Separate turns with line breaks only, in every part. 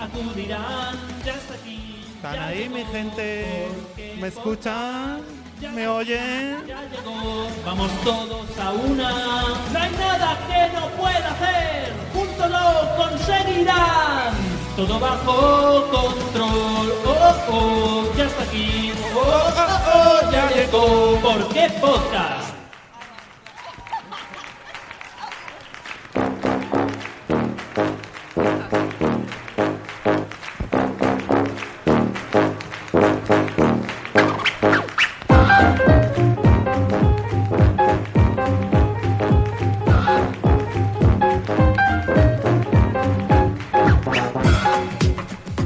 acudirán, ya está aquí.
¿Están
ya
ahí, mi
llegó,
gente?
porque
¿Me
por
escuchan? ¿Me oyen?
Ya llegó, vamos todos a una. No hay nada que no pueda hacer, juntos lo conseguirán. Todo bajo control, oh, oh, ya está aquí, oh, oh, oh, ya llegó. ¿Por qué podcast?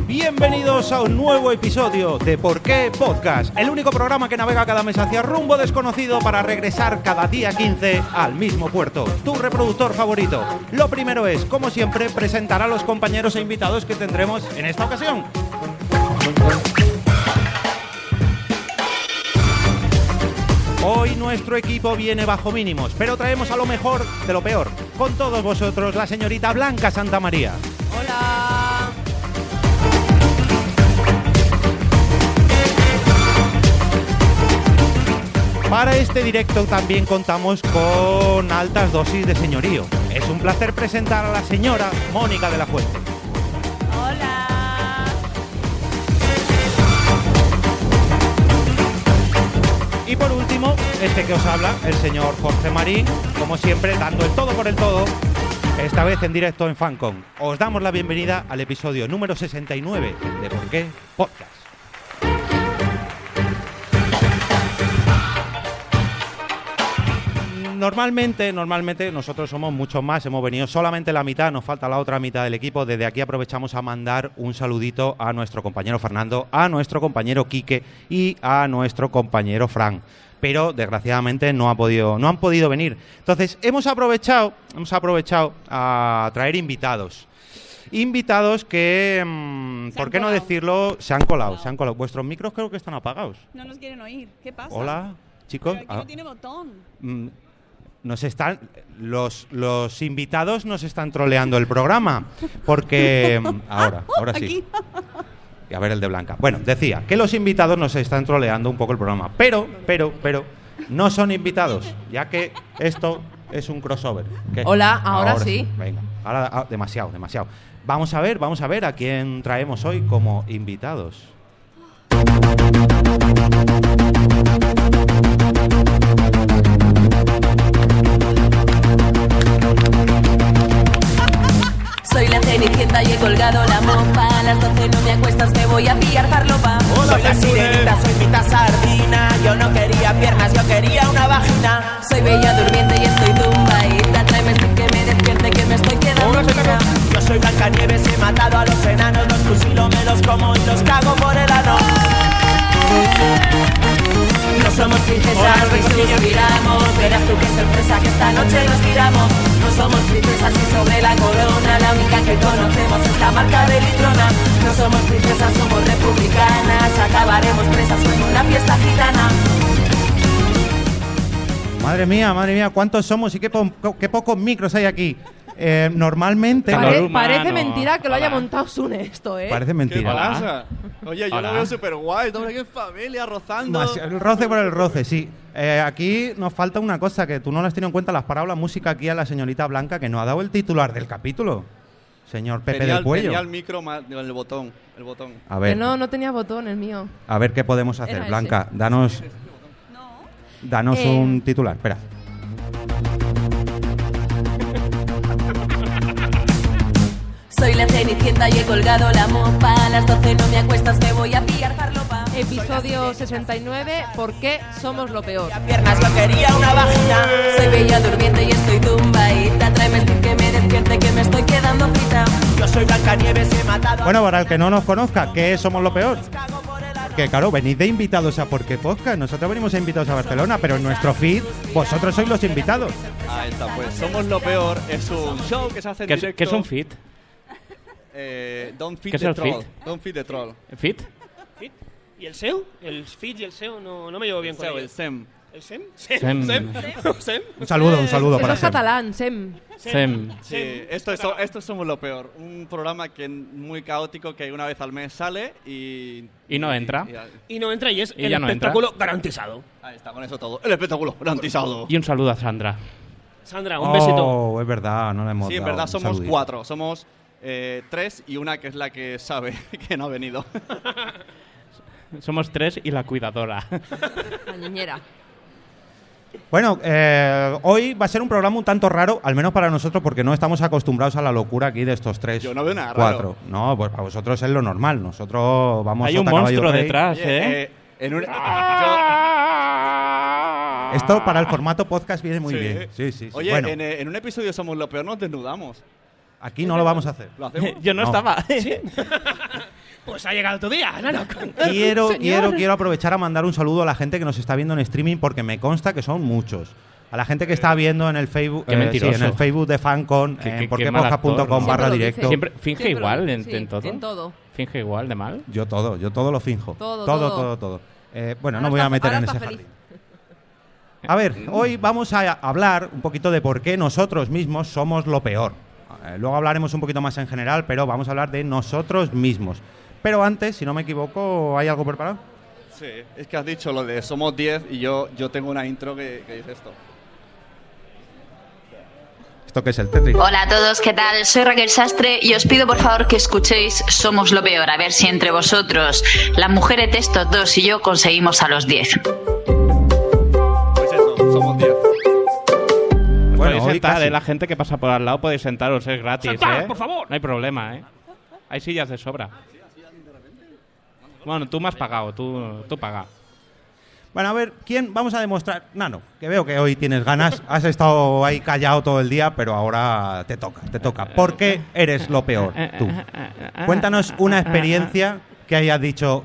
Bienvenidos a un nuevo episodio de Por qué Podcast, el único programa que navega cada mes hacia rumbo desconocido para regresar cada día 15 al mismo puerto, tu reproductor favorito. Lo primero es, como siempre, presentar a los compañeros e invitados que tendremos en esta ocasión. Hoy nuestro equipo viene bajo mínimos, pero traemos a lo mejor de lo peor. Con todos vosotros, la señorita Blanca Santa María.
Hola.
Para este directo también contamos con altas dosis de señorío. Es un placer presentar a la señora Mónica de la Fuente.
Hola.
Y por último, este que os habla, el señor Jorge Marín, como siempre, dando el todo por el todo, esta vez en directo en Fancon. Os damos la bienvenida al episodio número 69 de Por qué Podcast. Normalmente, normalmente nosotros somos muchos más, hemos venido solamente la mitad, nos falta la otra mitad del equipo. Desde aquí aprovechamos a mandar un saludito a nuestro compañero Fernando, a nuestro compañero Quique y a nuestro compañero Fran. Pero desgraciadamente no ha podido, no han podido venir. Entonces, hemos aprovechado, hemos aprovechado a traer invitados. Invitados que, mm,
Se
¿por
han
qué no
colado.
decirlo? Se han colado, se han colado. Vuestros micros creo que están apagados.
No nos quieren oír. ¿Qué pasa?
Hola,
Ah, Pero
chicos.
aquí
Ah.
no tiene botón.
Mm, nos están los, los invitados nos están troleando el programa porque mm, ahora
Ah,
ahora sí
Aquí.
y a ver el de Blanca bueno decía que los invitados nos están troleando un poco el programa pero pero pero no son invitados ya que esto es un crossover ¿Qué?
Hola, ahora sí.
venga ahora ah, demasiado demasiado vamos a ver vamos a ver a quién traemos hoy como invitados
Soy la cenicienta y he colgado la mopa. A las 12 no me acuestas, me voy a pillar farlopa.
soy la sirenita, soy pita sardina. Yo no quería piernas, yo quería una vagina.
Soy bella durmiente y estoy tumbadita. Tráeme tú que me despierte, que me estoy quedando fina.
Yo soy Blancanieves, he matado a los enanos. Los fusilo, me los como y los cago por el ano.
No somos princesas,
Hola,
ni suspiramos. Verás tú qué sorpresa que esta noche nos tiramos. No somos princesas y sobre la corona. La única que conocemos es la marca de Litrona. No somos princesas, somos republicanas. Acabaremos presas en una fiesta gitana.
Madre mía, madre mía, ¿cuántos somos y qué, po- qué pocos micros hay aquí? Eh, normalmente
Pare-
Calor humano.
parece mentira que lo haya
Hola.
montado Sune esto, ¿eh?
parece
¿Qué
mentira.
pasa? Oye, yo
Hola.
lo veo súper guay. Estamos aquí en familia, rozando.
Más- eh, el roce por el roce, sí. Eh, aquí nos falta una cosa que tú no la has tenido en cuenta, las palabras música aquí a la señorita Blanca que nos ha dado el titular del capítulo. Señor Pepe
tenía,
del Cuello.
tenía el micro más. El botón. El botón.
A
Que
ver,
no, no tenía botón el mío.
a ver qué podemos
Era
hacer,
ese.
Blanca. Danos Danos
Eh.
un titular, espera.
Soy la cenicienta y he colgado la mopa. A las 12 no me acuestas, me voy a pillar farlopa. Eh,
Episodio 69, ¿por qué somos lo peor?
Piernas, yo quería una vagina.
Soy bella durmiente y estoy tumbadita. Tráeme el que me despierte, que me estoy quedando frita.
Yo soy Blancanieves, he matado a
Bueno, para el que no nos conozca, ¿qué somos lo peor?
los cago por el ano.
Que claro, venís de invitados a Porque Podcast. Nosotros venimos a invitados a Barcelona, pero en nuestro feed vosotros sois los invitados.
Ahí está, pues. Somos lo peor. Es un show que se hace en
¿Qué es,
directo.
qué es un fit?
Eh, don't fit
¿Qué es
the
el
troll.
fit?
Don't fit the troll.
¿Fit?
¿Y el SEO? El feed y el SEO no, no me llevo bien
O sea,
con
el
ellos.
SEM.
¿El SEM?
Sem.
¿SEM? ¿SEM?
Un saludo, un saludo
Eso
para
es
Sem.
catalán, Sem.
Sem.
Sí, esto, esto, esto es somos lo peor. Un programa que muy caótico que una vez al mes sale y.
Y no entra.
y-
Y no entra y es
Y
el
ya no entra.
espectáculo garantizado.
ahí está, con eso todo. El espectáculo garantizado.
Y un saludo a Sandra.
Sandra, un besito.
Oh, es verdad, no le hemos
Sí, en
dado
verdad
un
somos
saludito.
cuatro. Somos eh, tres y una que es la que sabe que no ha venido.
Somos tres y la cuidadora.
La niñera.
Bueno, eh, hoy va a ser un programa un tanto raro, al menos para nosotros, porque no estamos acostumbrados a la locura aquí de estos tres.
Yo no veo nada
Cuatro. No, pues para vosotros es lo normal. Nosotros vamos
Hay
sota,
un
caballo,
monstruo
rey.
detrás,
Oye,
¿eh?
eh, en un-
Ah.
Esto para el formato podcast viene muy
Sí.
bien. Sí, sí. sí.
Oye,
bueno,
en, eh, en un episodio somos lo peor, nos desnudamos.
aquí no lo vamos a hacer.
¿Lo hacemos?
Yo no,
No.
estaba.
eh, Pues ha llegado tu día, enano.
Quiero, quiero, quiero aprovechar a mandar un saludo a la gente que nos está viendo en streaming porque me consta que son muchos. A la
Eh.
gente que está viendo en el Facebook,
Qué
eh, sí,
mentiroso.
en el Facebook de Fancon,
Qué- qué-
en
qué mal actor, ¿no?
porquepodcast.com
Siempre
barra
lo
directo.
dice.
Siempre finge
Siempre lo-
igual en,
sí,
en todo.
en todo.
Finge igual de mal.
Yo todo, yo todo lo finjo.
Todo,
todo,
todo.
todo. todo. Eh, bueno,
Ahora
no voy
está-
a meter
ahora
en
está
ese
feliz.
jardín. A ver, hoy vamos a hablar un poquito de por qué nosotros mismos somos lo peor. Eh, luego hablaremos un poquito más en general, pero vamos a hablar de nosotros mismos. Pero antes, si no me equivoco, ¿hay algo preparado?
Sí, es que has dicho lo de somos 10 y yo, yo tengo una intro que, que dice esto.
Esto que es el Tetris.
Hola a todos, ¿qué tal? Soy Raquel Sastre y os pido por favor que escuchéis Somos lo peor, a ver si entre vosotros, las mujeres de estos dos y yo conseguimos a los 10.
Pues eso, somos 10.
Os
Bueno,
podéis
hoy
sentar,
casi.
eh, la gente que pasa por al lado podéis sentaros, es gratis.
Sentaos,
eh.
por favor.
No hay problema, ¿eh? Hay sillas de sobra. Bueno, tú me has pagado, tú, tú paga.
Bueno, a ver, ¿quién? Vamos a demostrar. Nano, que veo que hoy tienes ganas. Has estado ahí callado todo el día, pero ahora te toca, te toca. ¿Por qué eres lo peor
Eh,
tú? Ah, Cuéntanos
Ah,
una experiencia que hayas dicho,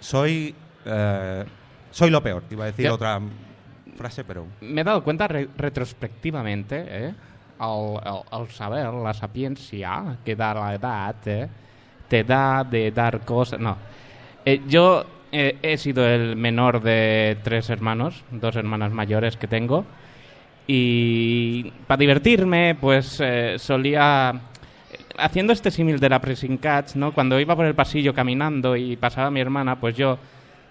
soy, eh, soy lo peor. Iba a decir
Yo-
otra frase, pero...
Me he dado cuenta re- retrospectivamente, ¿eh? Al, al- al saber la sapiencia que da la edad, ¿eh? te da de dar cosas. No. Eh, yo eh, he sido el menor de tres hermanos, dos hermanas mayores que tengo. Y para divertirme, pues eh, solía. Haciendo este símil de la pressing catch, ¿no? Cuando iba por el pasillo caminando y pasaba mi hermana, pues yo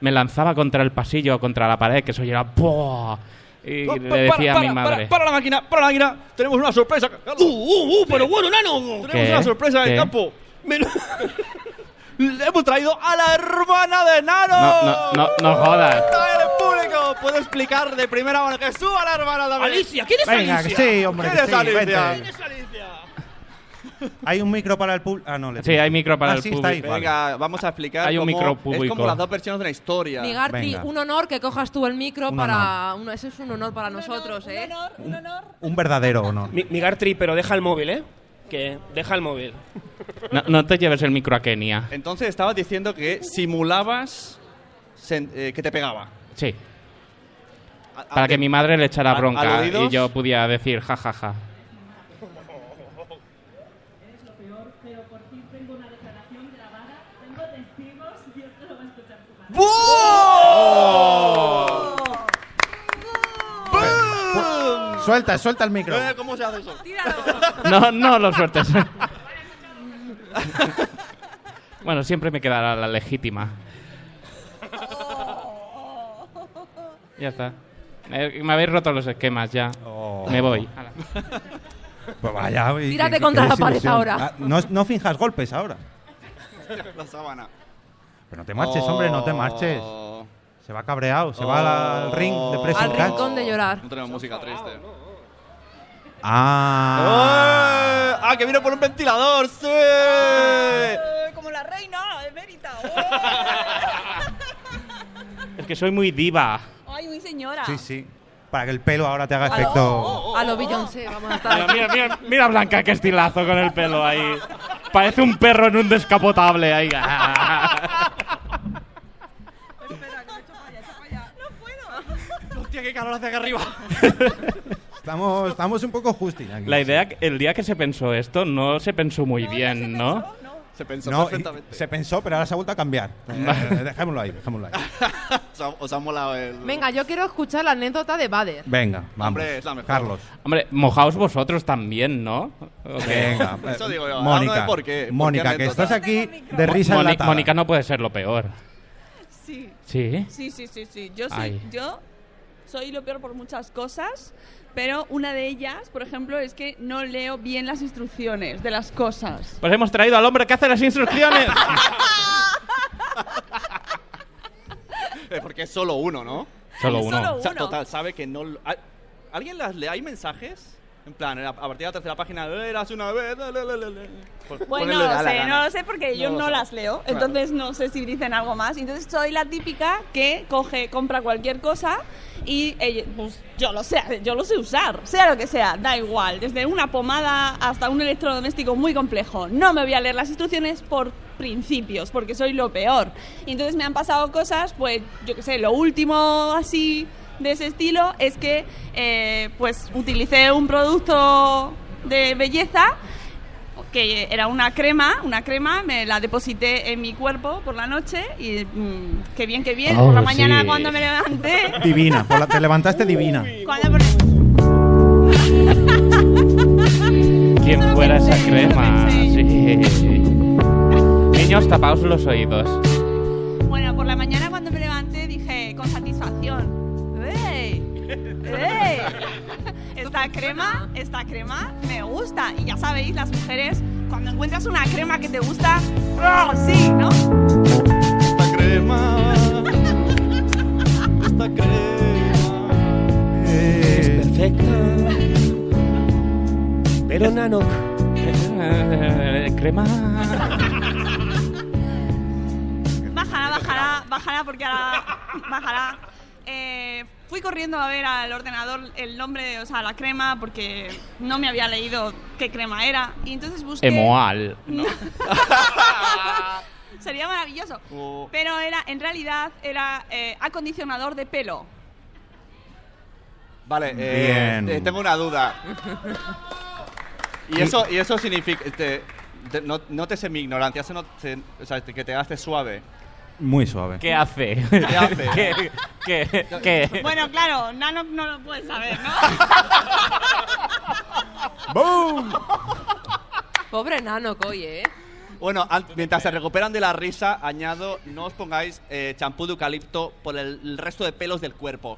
me lanzaba contra el pasillo, contra la pared, que eso era ¡buah! Y
Oh,
le
pa-
decía a
para,
mi
para,
madre.
Para, para la máquina, para la máquina. Tenemos una sorpresa. Carlos.
¡Uh, uh, uh! ¡Pero bueno, nano!
Tenemos
¿Qué?
una sorpresa en
¿Qué?
el campo. Me- Le hemos traído a la hermana de Nano.
No, no, no, no jodas.
¡Está el público! Puedo explicar de primera mano que suba la hermana de
¡Alicia! ¿Quién es
Venga, que
Alicia?
sí, hombre. que
¿Quién es
sí,
Alicia?
vente.
¿Quién es Alicia?
Hay un micro para el público. Ah, no, le
Sí,
tienes.
hay micro para
Ah,
el
sí, está ahí,
público.
vale.
Venga, vamos a explicar.
Hay un
cómo-
micro
Es
público.
como las dos versiones de la historia.
Migarti,
Venga.
un honor que cojas tú el micro
Un
para. uno- eso es un honor para nosotros, ¿eh?
Un verdadero honor.
Mi, mi Gartry, pero deja el móvil, ¿eh? Que deja el móvil.
No, no te lleves el micro a Kenia.
Entonces estabas diciendo que simulabas sen- eh, que te pegaba.
Sí.
A- a-
Para que mi madre le echara
Ah, eh, ¿Al-
bronca
aludidos?
y yo pudiera decir ja ja ja.
Suelta, suelta el micro.
Eh, ¿Cómo se hace eso?
No, no lo sueltes. bueno, siempre me quedará la legítima. Ya está. Eh, Me habéis roto los esquemas ya.
Oh.
Me voy.
Pues vaya, y-
Tírate
y-
contra
qué
la pared
desilusión.
ahora.
Ah, No, no finjas golpes ahora.
La sábana.
Pero no te marches, hombre, no te marches.
Oh.
Se va cabreado, se va al ring de pressing
Al
catch.
rincón de llorar.
No tenemos música triste.
Ah.
¡Eh! ¡Ah, que vino por un ventilador! ¡Sí!
Eh, Como la reina emérita.
Es que soy muy diva.
Ay, muy señora.
Sí, sí. Para que el pelo ahora te haga efecto.
A lo Beyoncé, vamos a
Mira,
estar.
mira, mira, mira a Blanca que estilazo con el pelo ahí. Parece un perro en un descapotable ahí.
Espera, que me echo para allá, echo para allá. No puedo.
¡Hostia, qué calor hace acá arriba!
Estamos, estamos un poco justin aquí.
La idea, el día que se pensó esto, no se pensó muy bien, ¿no?
No,
Se pensó
No, y-
perfectamente.
se pensó, pero ahora se ha vuelto a cambiar. Eh, dejémoslo ahí, dejémoslo ahí.
Os ha, os ha molado el.
Venga, yo quiero escuchar la anécdota de Bader.
Venga, vamos.
Hombre, es la mejor.
Carlos.
Hombre, mojaos vosotros también, ¿no? ¿O qué?
Venga,
Eso digo yo,
Mónica,
háblame por qué, por qué
Mónica, que
anécdota.
estás aquí de
Mo-
risa
Moni-
enlatada.
Mónica no puede ser lo peor.
Sí.
¿Sí?
Sí, sí, sí, sí. Yo sí,
Ay.
yo soy lo peor por muchas cosas, pero una de ellas, por ejemplo, es que no leo bien las instrucciones de las cosas.
Pues hemos traído al hombre que hace las instrucciones.
Eh, porque es solo uno, ¿no?
Solo uno.
O sea,
uno.
total, sabe que no. lo- ¿Al- ¿Alguien las lee? ¿Hay mensajes? En plan, a a partir de la tercera página, eras una vez. la, la, la, la, la". Por-
Bueno,
ponerle
no
da
lo
la
sé,
gana.
no lo sé porque yo
No lo
no
sé.
las leo,
Claro.
entonces no sé si dicen algo más. Entonces soy la típica que coge, compra cualquier cosa y eh, pues, yo lo sé, yo lo sé usar, sea lo que sea, da igual, desde una pomada hasta un electrodoméstico muy complejo. No me voy a leer las instrucciones por principios, porque soy lo peor. Y entonces me han pasado cosas, pues yo qué sé, lo último así de ese estilo es que eh, pues utilicé un producto de belleza que era una crema, una crema, me la deposité en mi cuerpo por la noche y mm, qué bien, qué bien,
Oh,
por la mañana
sí.
cuando me levanté,
Divina, por la- te levantaste divina.
cuando por-
¿Quién
Eso lo
fuera esa
pensé,
crema?
lo pensé.
Sí. Niños, tapaos los oídos.
bueno, por la mañana cuando me levanté dije con satisfacción, ¡Ey! ¡Ey! Esta crema, esta crema me gusta y ya sabéis las mujeres cuando encuentras una crema que te gusta, ¡oh, sí, ¿no?
Esta crema. Esta crema.
Perfecto. Pero Nano.
Eh, crema.
Bajará, bajará, bajará porque ahora bajará. Eh, fui corriendo a ver al ordenador el nombre, o sea, la crema, porque no me había leído qué crema era. Y entonces busqué...
Emoal.
Sería maravilloso.
Oh.
Pero era, en realidad, era eh, acondicionador de pelo.
Vale, eh,
Bien.
eh, tengo una duda. Y eso, y eso significa. te- te- no, no te sé mi ignorancia, eso no te- o sea, este, que te hagas suave.
Muy suave.
¿Qué hace?
¿Qué hace?
¿Qué? ¿Qué? ¿Qué?
Bueno, claro, Nano no lo puedes saber, ¿no?
¡Boom!
Pobre nano, coy, ¿eh?
Bueno, an- mientras se recuperan de la risa, añado, no os pongáis eh, champú de eucalipto por el, el resto de pelos del cuerpo.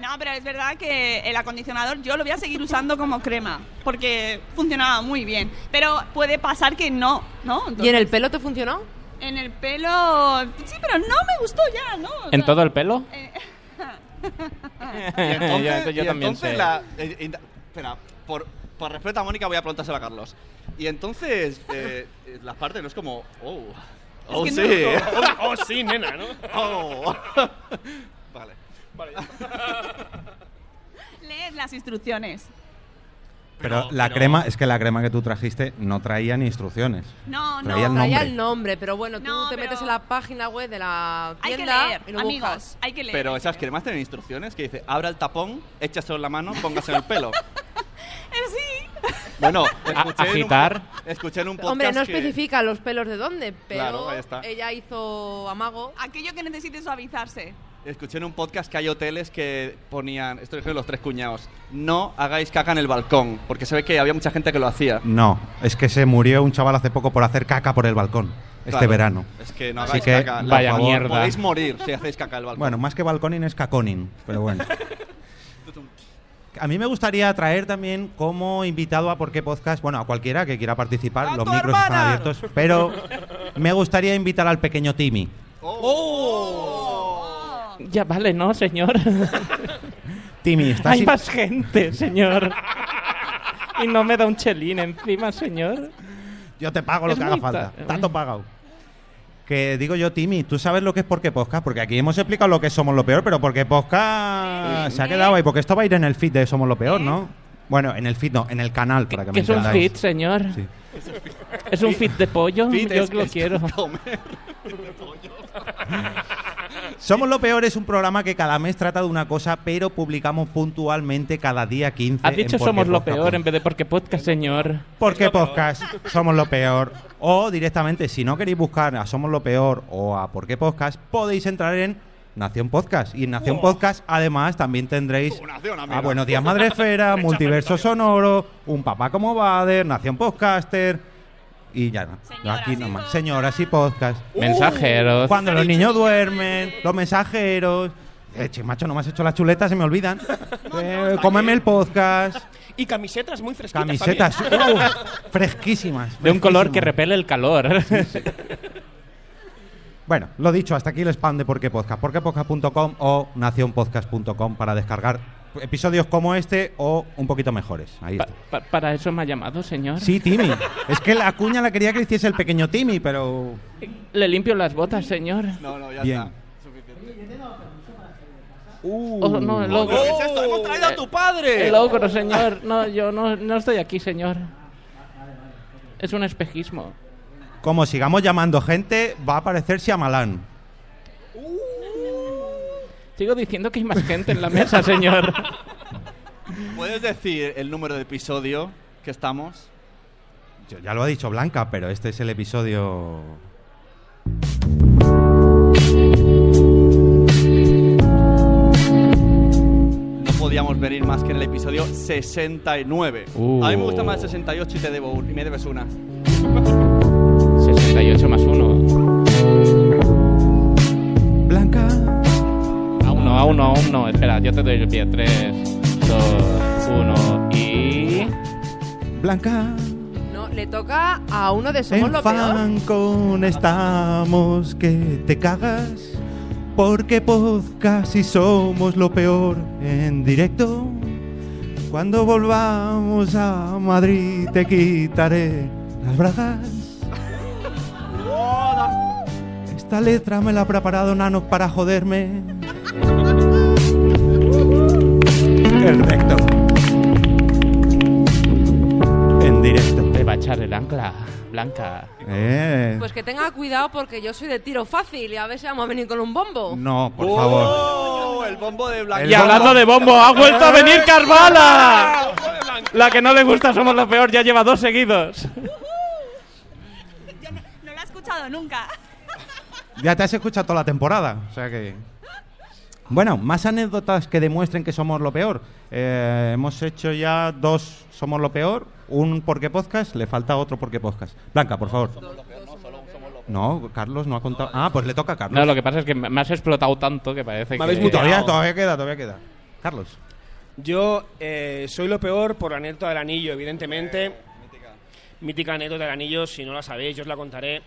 No, pero es verdad que el acondicionador yo lo voy a seguir usando como crema, porque funcionaba muy bien. Pero puede pasar que no, ¿no?
¿Y en el pelo te funcionó?
En el pelo. Sí, pero no me gustó ya, ¿no? O
¿En
sea,
todo el pelo?
eh,
yo, yo
y
también
entonces
sé.
la- eh, eh, espera, por, por respeto a Mónica voy a preguntárselo a Carlos. Y entonces, eh, eh, las partes no es como, oh, oh
que
sí,
Oh, sí, nena, ¿no?
oh. vale.
Leed las instrucciones.
Pero la crema, es que la crema que tú trajiste no traía ni instrucciones.
No, no.
Traía el
Traía
nombre.
el nombre, pero bueno, tú
No,
te
pero-
metes en la página web de la
Hay que
tienda
leer,
y lo
amigos.
buscas.
Hay que leer.
Pero esas cremas tienen instrucciones que dice, abra el tapón, échaselo en la mano, póngase en el pelo.
Eh, sí.
Bueno, escuché en un-
agitar.
escuché en un podcast
Hombre, no
que-
especifica los pelos de dónde, pero
Claro, ahí está.
ella hizo amago. Ah,
Aquello que necesite suavizarse.
Escuché en un podcast que hay hoteles que ponían, esto lo dijeron los tres cuñados, no hagáis caca en el balcón, porque se ve que había mucha gente que lo hacía.
No, es que se murió un chaval hace poco por hacer caca por el balcón este
Claro.
verano.
Es que no
Así
hagáis
que,
caca. por
vaya
favor,
mierda.
Podéis morir si hacéis caca en el balcón.
Bueno, más que balconing es caconing, pero bueno. A mí me gustaría traer también como invitado a Por qué Podcast, bueno, a cualquiera que quiera participar,
¡A
los
tu
micros están
hermana!
abiertos, pero me gustaría invitar al pequeño Timmy.
Oh,
Ya vale, ¿no, señor?
Timmy, ¿estás
Hay
in-
más gente, señor. Y no me da un chelín encima, señor.
Yo te pago lo
Es
que haga
muy
falta.
ta-
Tanto pagado. Que digo yo, Timmy, ¿tú sabes lo que es Porque Podcast? Porque aquí hemos explicado lo que es Somos lo Peor, pero Porque Podcast se ha quedado ahí, porque esto va a ir en el feed de Somos lo Peor, ¿no? Bueno, en el feed no, en el canal, para que me
¿Qué es un
entendáis.
fit, señor?
Sí.
¿Es un fit de pollo?
Fit
Yo
es-
lo
es
quiero.
comer.
Somos lo peor es un programa que cada mes trata de una cosa, pero publicamos puntualmente cada día 15.
Has dicho
en
somos lo
Porque
peor en vez de porque podcast, señor.
Porque Podcast somos lo peor. O directamente, si no queréis buscar a Somos lo peor o a Por qué Podcast, podéis entrar en Nación Podcast. Y en Nación Podcast, además, también tendréis a Buenos Días Madrefera, Multiverso Sonoro, Un Papá como Bader, Nación Podcaster. Y ya no. Aquí nomás. Señoras y podcast.
Mensajeros.
Uh, Cuando los niños duermen, los mensajeros. Eh, che, macho, no me has hecho las chuletas, se me olvidan. Eh, cómeme el podcast.
Y camisetas muy fresquitas.
Camisetas
también.
uh, fresquísimas.
De un color
fresquísimas.
que repele el calor.
Bueno, lo dicho, hasta aquí el spam de Por qué Podcast. Porquepodcast.com o nacionpodcast.com para descargar episodios como este o un poquito mejores. Ahí está.
Pa- ¿Para eso me ha llamado, señor?
Sí, Timmy. es que la cuña la quería que hiciese el pequeño Timmy, pero.
Le limpio las botas, señor.
No, no, ya
Bien.
está.
Oh, no,
Uh.
el ogro.
¿Qué es esto? ¡Hemos traído a tu padre!
El ogro, señor. No, yo no, no estoy aquí, señor. Es un espejismo.
Como sigamos llamando gente, va a aparecer Siamalán.
Sigo diciendo que hay más gente en la mesa, señor.
¿Puedes decir el número de episodio que estamos?
Yo- ya lo ha dicho Blanca, pero este es el episodio.
No podíamos venir más que en el episodio 69.
Uh.
A mí me gusta más el 68 y te debo un- y me debes una.
68 más 1.
Blanca.
Aún no, aún no, aún no. Espera, yo te doy el pie. 3, 2, 1 y...
Blanca.
No, le toca a uno de Somos
en
lo peor.
Fancon estamos que te cagas. Porque podcast y somos lo peor en directo. Cuando volvamos a Madrid te quitaré las bragas. Esta letra me la ha preparado Nanos para joderme. Perfecto. En directo.
Te va a echar el ancla, Blanca.
Eh.
Pues que tenga cuidado porque yo soy de tiro fácil y a veces vamos a venir con un bombo.
No, por favor.
¡Oh! El bombo de Blanca.
El
Y hablando de bombo, ha vuelto a venir Carvala. La que no le gusta somos lo peor, ya lleva dos seguidos.
Yo no, no lo he escuchado nunca.
Ya te has escuchado toda la temporada, o sea que... Bueno, más anécdotas que demuestren que somos lo peor. Eh, hemos hecho ya dos Somos lo peor, un Porque Podcast, le falta otro Porque Podcast. Blanca, por favor. No, Carlos no ha contado... Ah, pues le toca a Carlos.
No, lo que pasa es que me me has explotado tanto que parece
Me habéis
que...
muteado.
Todavía, todavía queda, todavía queda. Carlos.
Yo eh, soy lo peor por la anécdota del anillo, evidentemente. mítica anécdota del anillo, si no la sabéis, yo os la contaré.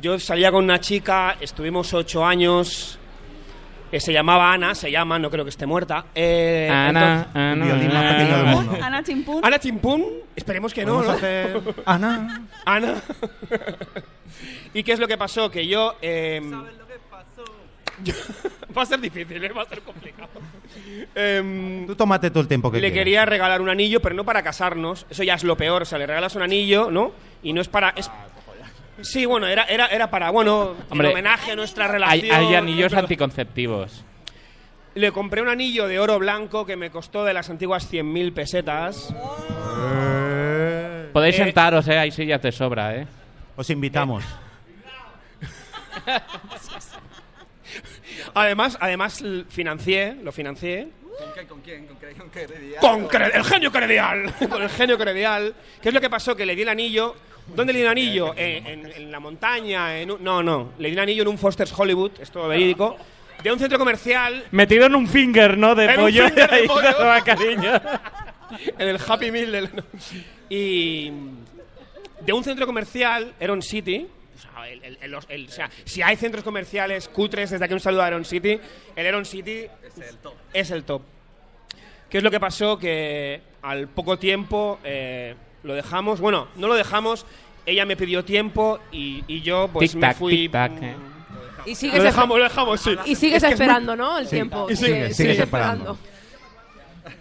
Yo salía con una chica, estuvimos ocho años. eh, se llamaba Ana, se llama, no creo que esté muerta. Eh,
Ana,
entonces-
Ana,
Violín más
Ana.
pequeño del mundo.
Ana Chimpún.
Ana Chimpún, esperemos que no,
Vamos
¿no?
a hacer... Ana.
Ana. ¿Y qué es lo que pasó? Que yo. em, Va a ser difícil, ¿eh? va a ser complicado. Em,
Tú tómate todo el tiempo que
le
quieras.
quería regalar un anillo, pero no para casarnos. Eso ya es lo peor. O sea, le regalas un anillo, ¿no? Y no es para. es- Sí, bueno, era, era, era para, bueno,
Ah, Hombre,
en homenaje a nuestra
Hay,
relación.
hay anillos
Pero-
anticonceptivos.
Le compré un anillo de oro blanco que me costó de las antiguas 100.000 pesetas.
Podéis
Eh,
sentaros, eh, ahí sí ya te sobra, eh.
Os invitamos.
Además, además l- financié, lo financié.
¿Con qué? ¿Con quién? ¿Con qué? ¿Con qué?
Con cre- el genio credial. Con el genio credial. ¿Qué es lo que pasó? Que le di el anillo. ¿Dónde le di el anillo? En, en- en la montaña. En un- no, no. Le di el anillo en un Foster's Hollywood, es todo verídico. De un centro comercial,
Metido en un finger, ¿no? De
En un
pollo.
finger de
ahí,
pollo.
todo, cariño.
en el Happy Meal. del- y. De un centro comercial, Eron City. O sea, el- el- el- los- el- o sea, si hay centros comerciales cutres, desde aquí un saludo a Eron City. El Eron City es el top. ¿Qué es lo que pasó? Que al poco tiempo eh, lo dejamos. Bueno, no lo dejamos. Ella me pidió tiempo y, y yo pues
Tic-tac,
me fui.
tic-tac, eh.
Y sigues,
Lo
esper-
dejamos, lo dejamos, sí.
y sigues
Es que es muy-
esperando, ¿no? El tiempo.
Y
Sí,
sigue,
sigues
sigue
esperando.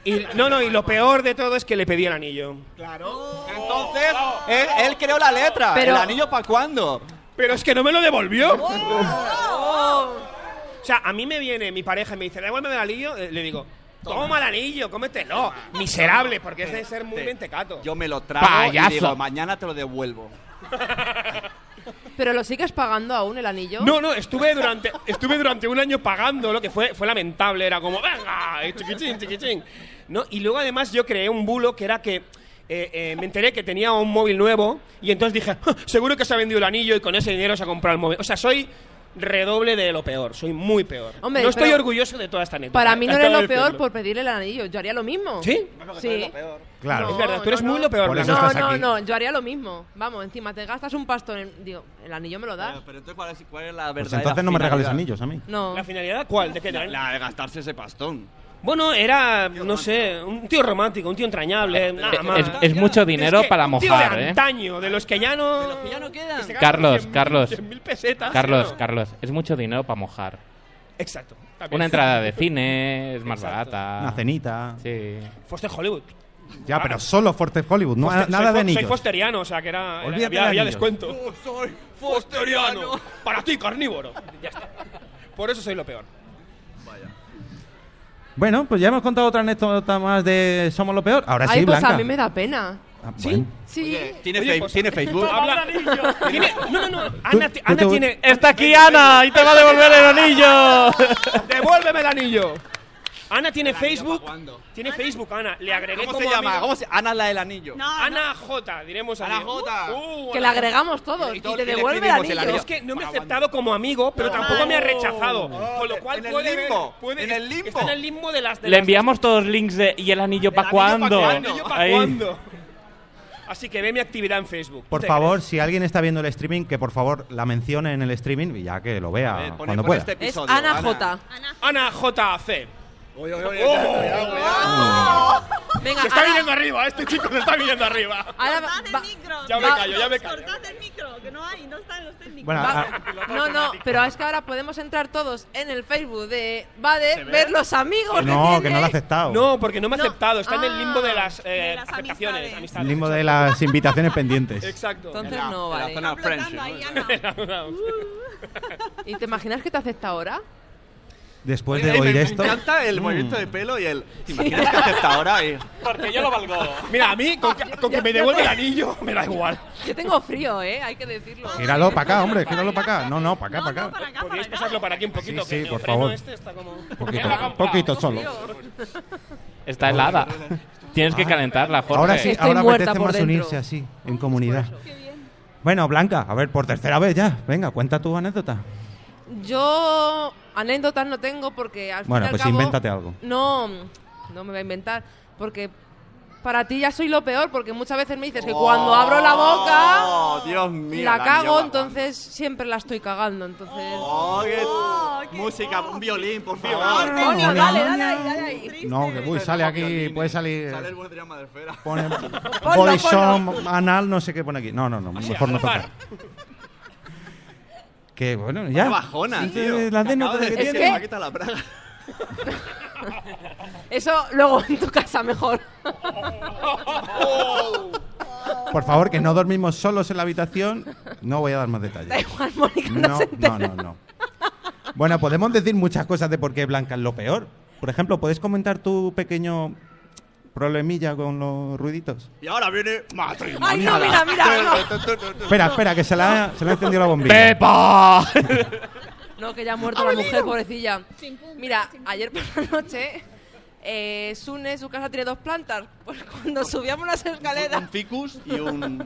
Y- no, no, y lo peor de todo es que le pedí el anillo.
Entonces, él, él creó la letra.
Pero-
¿El anillo para cuándo?
Pero es que no me lo devolvió. O sea, a mí me viene mi pareja y me dice, devuélveme el anillo, eh, le digo, toma el anillo, cómetelo. Miserable, porque es de ser muy
Te-
mentecato.
Yo me lo trago
Payaso.
y digo, mañana te lo devuelvo.
¿Pero lo sigues pagando aún el anillo?
No, no, estuve durante, estuve durante un año pagando, lo que fue, fue lamentable, era como, venga, y chiquichín, chiquichín. ¿No? Y luego además yo creé un bulo que era que eh, eh, me enteré que tenía un móvil nuevo y entonces dije, "Ja, seguro que se ha vendido el anillo y con ese dinero se ha comprado el móvil. O sea, soy redoble de lo peor, soy muy peor.
Hombre,
no estoy
pero-
orgulloso de toda esta anécdota.
Para mí no era
acabo de
lo peor
decirlo.
por pedirle el anillo. Yo haría lo mismo.
¿Sí?
Sí.
Claro. Pues
es verdad, tú eres muy lo peor.
Por eso
Blanca.
estás
No,
aquí.
no, yo haría lo mismo. Vamos, encima te gastas un pastón en... Digo, el anillo me lo das.
Pero entonces, ¿cuál es, cuál es la verdadera
Pues entonces no me
finalidad?
regales anillos a mí.
No.
¿La finalidad cuál? ¿De qué tal?
La de gastarse ese pastón.
Bueno, era, no sé, un tío romántico, un tío entrañable, nada más.
eh, es- es mucho dinero
que
para
un tío
mojar,
de
¿eh?
antaño, de los que ya no... De los que
ya no quedan.
se gastan
Carlos,
100.000,
Carlos.
100.000 pesetas.
Carlos,
¿no?
Carlos, es mucho dinero para mojar.
Exacto. también.
Una entrada de cine es más barata.
Una cenita.
Ah. Sí.
Foster Hollywood.
Ya, pero solo Forte Hollywood, no,
Foster-
nada
soy,
de
fo- Soy
anillos.
fosteriano, o sea, que era... era-
Olvídate
había,
de
había
anillos.
descuento. soy fosteriano. para ti, carnívoro. Ya está. Por eso soy lo peor.
Bueno, pues ya hemos contado otra anécdota más de Somos lo peor. Ahora sí,
Ay, pues
Blanca.
a mí me da pena.
Ah, bueno.
Sí.
¿Tiene,
Oye,
fe-
pues-
¿tiene Facebook? Ah,
Habla- Tiene- No, no, no. Ana, ti-
tú
Ana
te-
tiene...
¡Está aquí Ana! ¡Y te va a devolver el anillo!
¡Devuélveme el anillo! Ana tiene Facebook. Tiene Facebook, Ana. Le agregué
¿Cómo se
como
llama?
amigo.
¿Cómo se- Ana la del anillo. Eh,
No, no.
Ana J, diremos
Ana
adiós.
J.
Uh,
Que
Ana
le
J.
agregamos todo. Y,
todo-
te
y le
devuelve el
pedimos el
anillo.
anillo.
Es que no me ha aceptado como amigo, pero tampoco me ha rechazado.
No,
Con lo cual
en el
puede ver-
limbo,
puede-
en el limbo.
Está en el limbo de las. de
Le
las-
enviamos todos links de. ¿Y el anillo para
anillo pa'
cuándo?
¿El anillo pa'
Ahí.
cuándo? Así que ve mi actividad en Facebook.
Por
Te-
favor, si alguien está viendo el streaming, que por favor la mencione en el streaming y ya que lo
A
vea
ver, pone-
cuando
pone
pueda.
este
pues, Es
episodio,
Ana J.
Ana JC.
Oye,
Oh,
oye, oye, cuidado, cuidado.
Venga,
Se está
ahora-
viniendo arriba, este chico se está viniendo arriba.
ahora va-
Cortad el
va-
micro.
Ya me
cortad-
callo, ya me callo.
Cortad el micro, que no hay, no están los técnicos.
Bueno,
Va-
a-
No, no, pero es que ahora podemos entrar todos en el Facebook de Bade, ver los
no,
amigos.
que no lo ha
tiene.
aceptado.
No, porque no me ha
No.
aceptado. Está en el limbo de
Ah,
las, eh,
de las
aceptaciones,
amistades.
El
amistades.
limbo de las invitaciones pendientes.
Exacto.
Entonces
En la-
no
en la
vale.
zona
Flotando ahí,
friendship.
Ana.
¿Y te imaginas que te acepta ahora?
Después pues,
Eh,
de
me-
oír
me,
esto,
encanta el movimiento de pelo y el. ¿Te imaginas que acepta ahora? eh. Y...
Porque yo lo valgo.
Mira, a mí, con que, con que
Ya-
me
ya
devuelva
te-
el anillo, me da igual.
Yo tengo frío, ¿eh? Hay que decirlo.
gíralo para acá, hombre, gíralo para acá. No, no, para acá,
No,
para
no,
acá.
para acá, para
Podríais
acá.
pasarlo para aquí un poquito.
Sí, sí,
que el
por
freno
favor.
este está como...
Poquito,
Me haga un
poquito solo.
Está helada. Tienes que calentarla, Jorge.
Ah. Ahora sí,
Estoy
ahora
muerta
apetece
por
más
dentro.
unirse así, en comunidad. Bueno, Blanca, a ver, por tercera vez ya. Venga, cuenta tu anécdota.
Yo anécdotas no tengo porque al fin
Bueno,
y al
pues
cabo-
invéntate algo.
No, no me voy a inventar porque para ti ya soy lo peor porque muchas veces me dices que cuando abro la boca
Oh, Dios mío.
la cago,
Oh, mierda.
entonces siempre la estoy cagando, entonces.
Oh, qué-
qué
música, un violín, por Ah, favor.
no,
Coño, dale,
no,
dale ahí, dale ahí.
No, que uy, sale aquí, puede salir. eh.
Sale el buen drama de Fera.
Pone body shop, anal, no sé qué pone aquí. No, no, no, mejor no tocar. Que bueno, ya.
Qué bajona,
Sí,
tío.
La
Te acabo
anécdota
de
que
decir
Es
tiene.
que-
me va a quitar la braga.
Eso luego en tu casa mejor.
Por favor, que no dormimos solos en la habitación. No voy a dar más
da
detalles.
igual, Mónica, no,
No,
se
no,
entera.
no, no. Bueno, podemos decir muchas cosas de por qué Blanca es lo peor. Por ejemplo, ¿puedes comentar tu pequeño problemilla con los ruiditos?
Y ahora viene matrimonio.
Ay, no, mira, mira, no.
Espera, espera, que se la, se la ha encendido la bombilla.
¡Pepa!
No, que ya ha muerto la mujer, pobrecilla. Mira, ayer por la noche, eh, Sune, su casa tiene dos plantas. Pues cuando subíamos las escaleras,
Un ficus y un.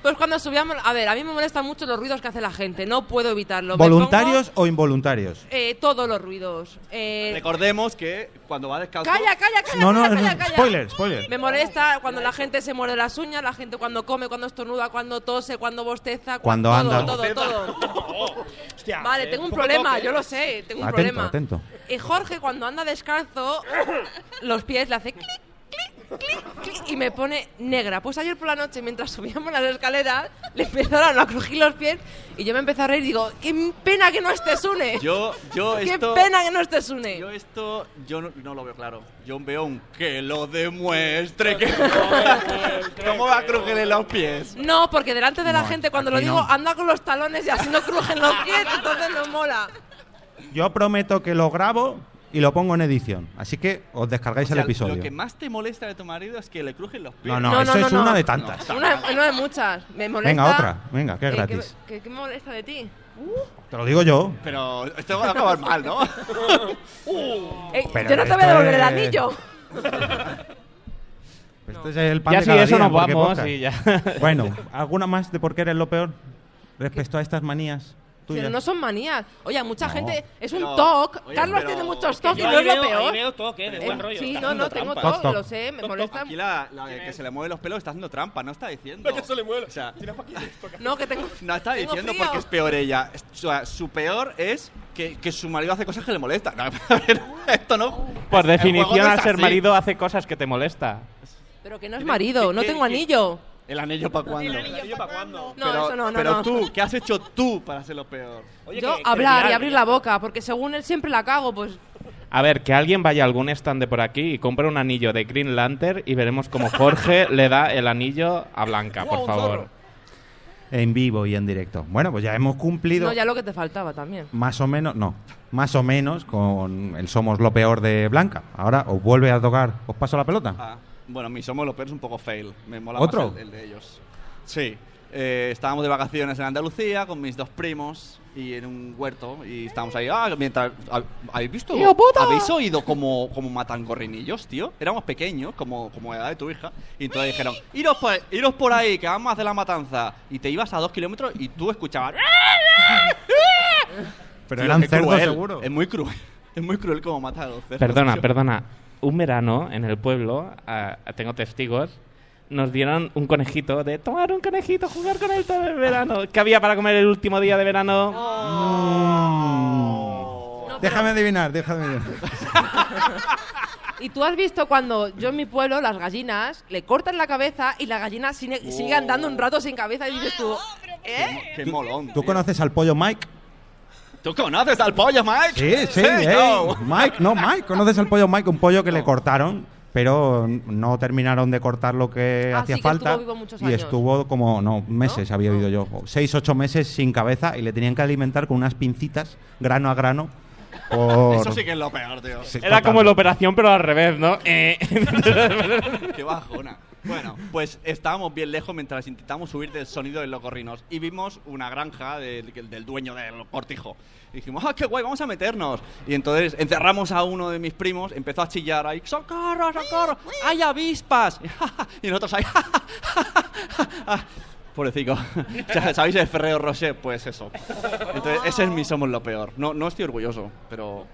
pues cuando subíamos... A ver, a mí me molestan mucho los ruidos que hace la gente, no puedo evitarlo. Me
¿Voluntarios
pongo,
o involuntarios?
eh, todos los ruidos. Eh,
Recordemos que cuando va descalzo.
calla, calla, calla,
No, no,
calla,
no,
calla, calla.
spoiler, spoiler.
Me molesta cuando la gente se muerde las uñas, la gente cuando come, cuando estornuda, cuando tose, cuando bosteza,
Cuando
todo,
anda.
todo, todo.
Hostia,
Vale,
eh,
tengo un
poco
problema,
toque.
yo lo sé, tengo un
Atento,
problema.
atento.
Y Jorge cuando anda descalzo, los pies le hace clic, clic, clic, clic y me pone negra. Pues ayer por la noche, mientras subíamos las escaleras, le empezaron a crujir los pies y yo me empecé a reír y digo, qué pena que no estés une.
Yo, yo
qué
esto.
pena que no estés une.
Yo esto. Yo no, no lo veo claro. Yo veo un que lo demuestre. Que... ¿Cómo va a crujirle los pies?
No, porque delante de la gente cuando lo
aquí
digo
no.
anda con los talones y así no crujen los pies, entonces no mola.
Yo prometo que lo grabo y lo pongo en edición. Así que os
O
descargáis
sea,
el episodio.
Lo que más te molesta de tu marido es que le crujen los pies.
No, no, No, eso no, es no, una no. de tantas.
Una, una de muchas. Me molesta.
Venga, otra. Venga, que es
Eh,
gratis.
¿Qué qué- qué molesta de ti?
Te lo digo yo.
Pero esto va a acabar mal, ¿no?
Eh,
Pero
yo no te
esto
voy a devolver el
es-
anillo.
Este es el pan
Ya
de
sí,
cada
eso
día
nos
en Porque
vamos
Podcast.
y ya.
Bueno, ¿alguna más de por qué eres lo peor respecto a estas manías tuyas?
Pero no son manías. Oye, mucha
No.
gente. Es un
Pero-
TOC.
oye,
Carlos
pero-
tiene muchos
que
TOC y
yo ahí
no es
veo-
lo
ahí
peor.
veo TOC, eh, de buen rollo,
Sí,
está
no, no,
haciendo
tengo
trampa.
TOC,
Toc, toc.
lo sé. Me molesta.
Aquí la, la de que se le mueven los pelos está haciendo trampa, no está diciendo.
que se le mueve. Tira pa' aquí.
No, que tengo.
No está
Tengo
diciendo
frío.
porque es peor ella. O sea, su peor es que, que su marido hace cosas que le molestan. No, a ver, esto no.
Por
el juego
definición,
no es
al ser
así.
marido hace cosas que te molesta.
Pero que no es marido.
¿Qué-
No
qué-
tengo
qué-
anillo.
¿El anillo para cuándo?
No,
pero,
eso no, no.
Pero
no.
tú, ¿qué has hecho tú para hacerlo peor?
Yo hablar y
¿eh?
abrir la boca, porque según él siempre la cago, pues
A ver, que alguien vaya a algún stand de por aquí y compre un anillo de Green Lantern y veremos cómo Jorge le da el anillo a Blanca, por favor.
En vivo y en directo. Bueno, pues ya hemos cumplido
no, ya lo que te faltaba también.
más o menos, no, más o menos con el Somos lo peor de Blanca. Ahora os vuelve a tocar, os paso la pelota.
Ah, bueno, mi somos los peores un poco fail. Me mola
¿Otro?
más el, el de ellos. Sí. Eh, estábamos de vacaciones en Andalucía con mis dos primos y en un huerto y estábamos ahí. Ah, mientras ¿hab- habéis visto,
¡Tío, puta!
habéis oído como, como matan gorrinillos, tío. Éramos pequeños, como como edad de tu hija, y entonces dijeron, iros por, iros por ahí, que vamos a hacer la matanza. Y te ibas a dos kilómetros y tú escuchabas.
Pero
Tío,
eran
qué
cerdos
cruel.
seguro.
Es muy cruel. Es muy cruel como matan a los cerdos.
pues,
Perdona,
tío.
perdona. Un verano en el pueblo, ah, tengo testigos, nos dieron un conejito de tomar un conejito, jugar con él todo el verano. ¿Qué había para comer el último día de verano?
Déjame adivinar, déjame adivinar.
Y tú has visto cuando yo en mi pueblo, las gallinas, le cortan la cabeza y la gallina sigue,
Oh.
sigue andando un rato sin cabeza y dices
Ah,
tú, ¿eh?
Qué molón.
¿Tú
tío.
conoces al pollo Mike?
¿Tú conoces al pollo, Mike?
Sí, sí, ey,
no.
Mike, no, Mike, ¿conoces al pollo Mike? Un pollo que le cortaron, pero no terminaron de cortar lo que
Ah,
hacía
sí, que
falta.
estuvo vivo muchos
Y
años. Ah.
estuvo como, no, meses, había oído yo, o seis, ocho meses sin cabeza y le tenían que alimentar con unas pincitas, grano a grano. por-
Eso sí que es lo peor, tío.
Sí,
Era
total.
como la operación, pero al revés, ¿no? Eh.
Qué bajona. Bueno, pues estábamos bien lejos mientras intentamos subir del sonido de los gorrinos y vimos una granja del, del dueño del cortijo. Y dijimos, ¡ah, qué guay! Vamos a meternos. Y entonces encerramos a uno de mis primos, empezó a chillar ahí, ¡socorro, socorro! ¡Hay avispas! Y nosotros ahí, Pobrecito. ¿Sabéis el Ferreo Rocher? Pues eso. Entonces, ese es mi somos lo peor. No, no estoy orgulloso, pero,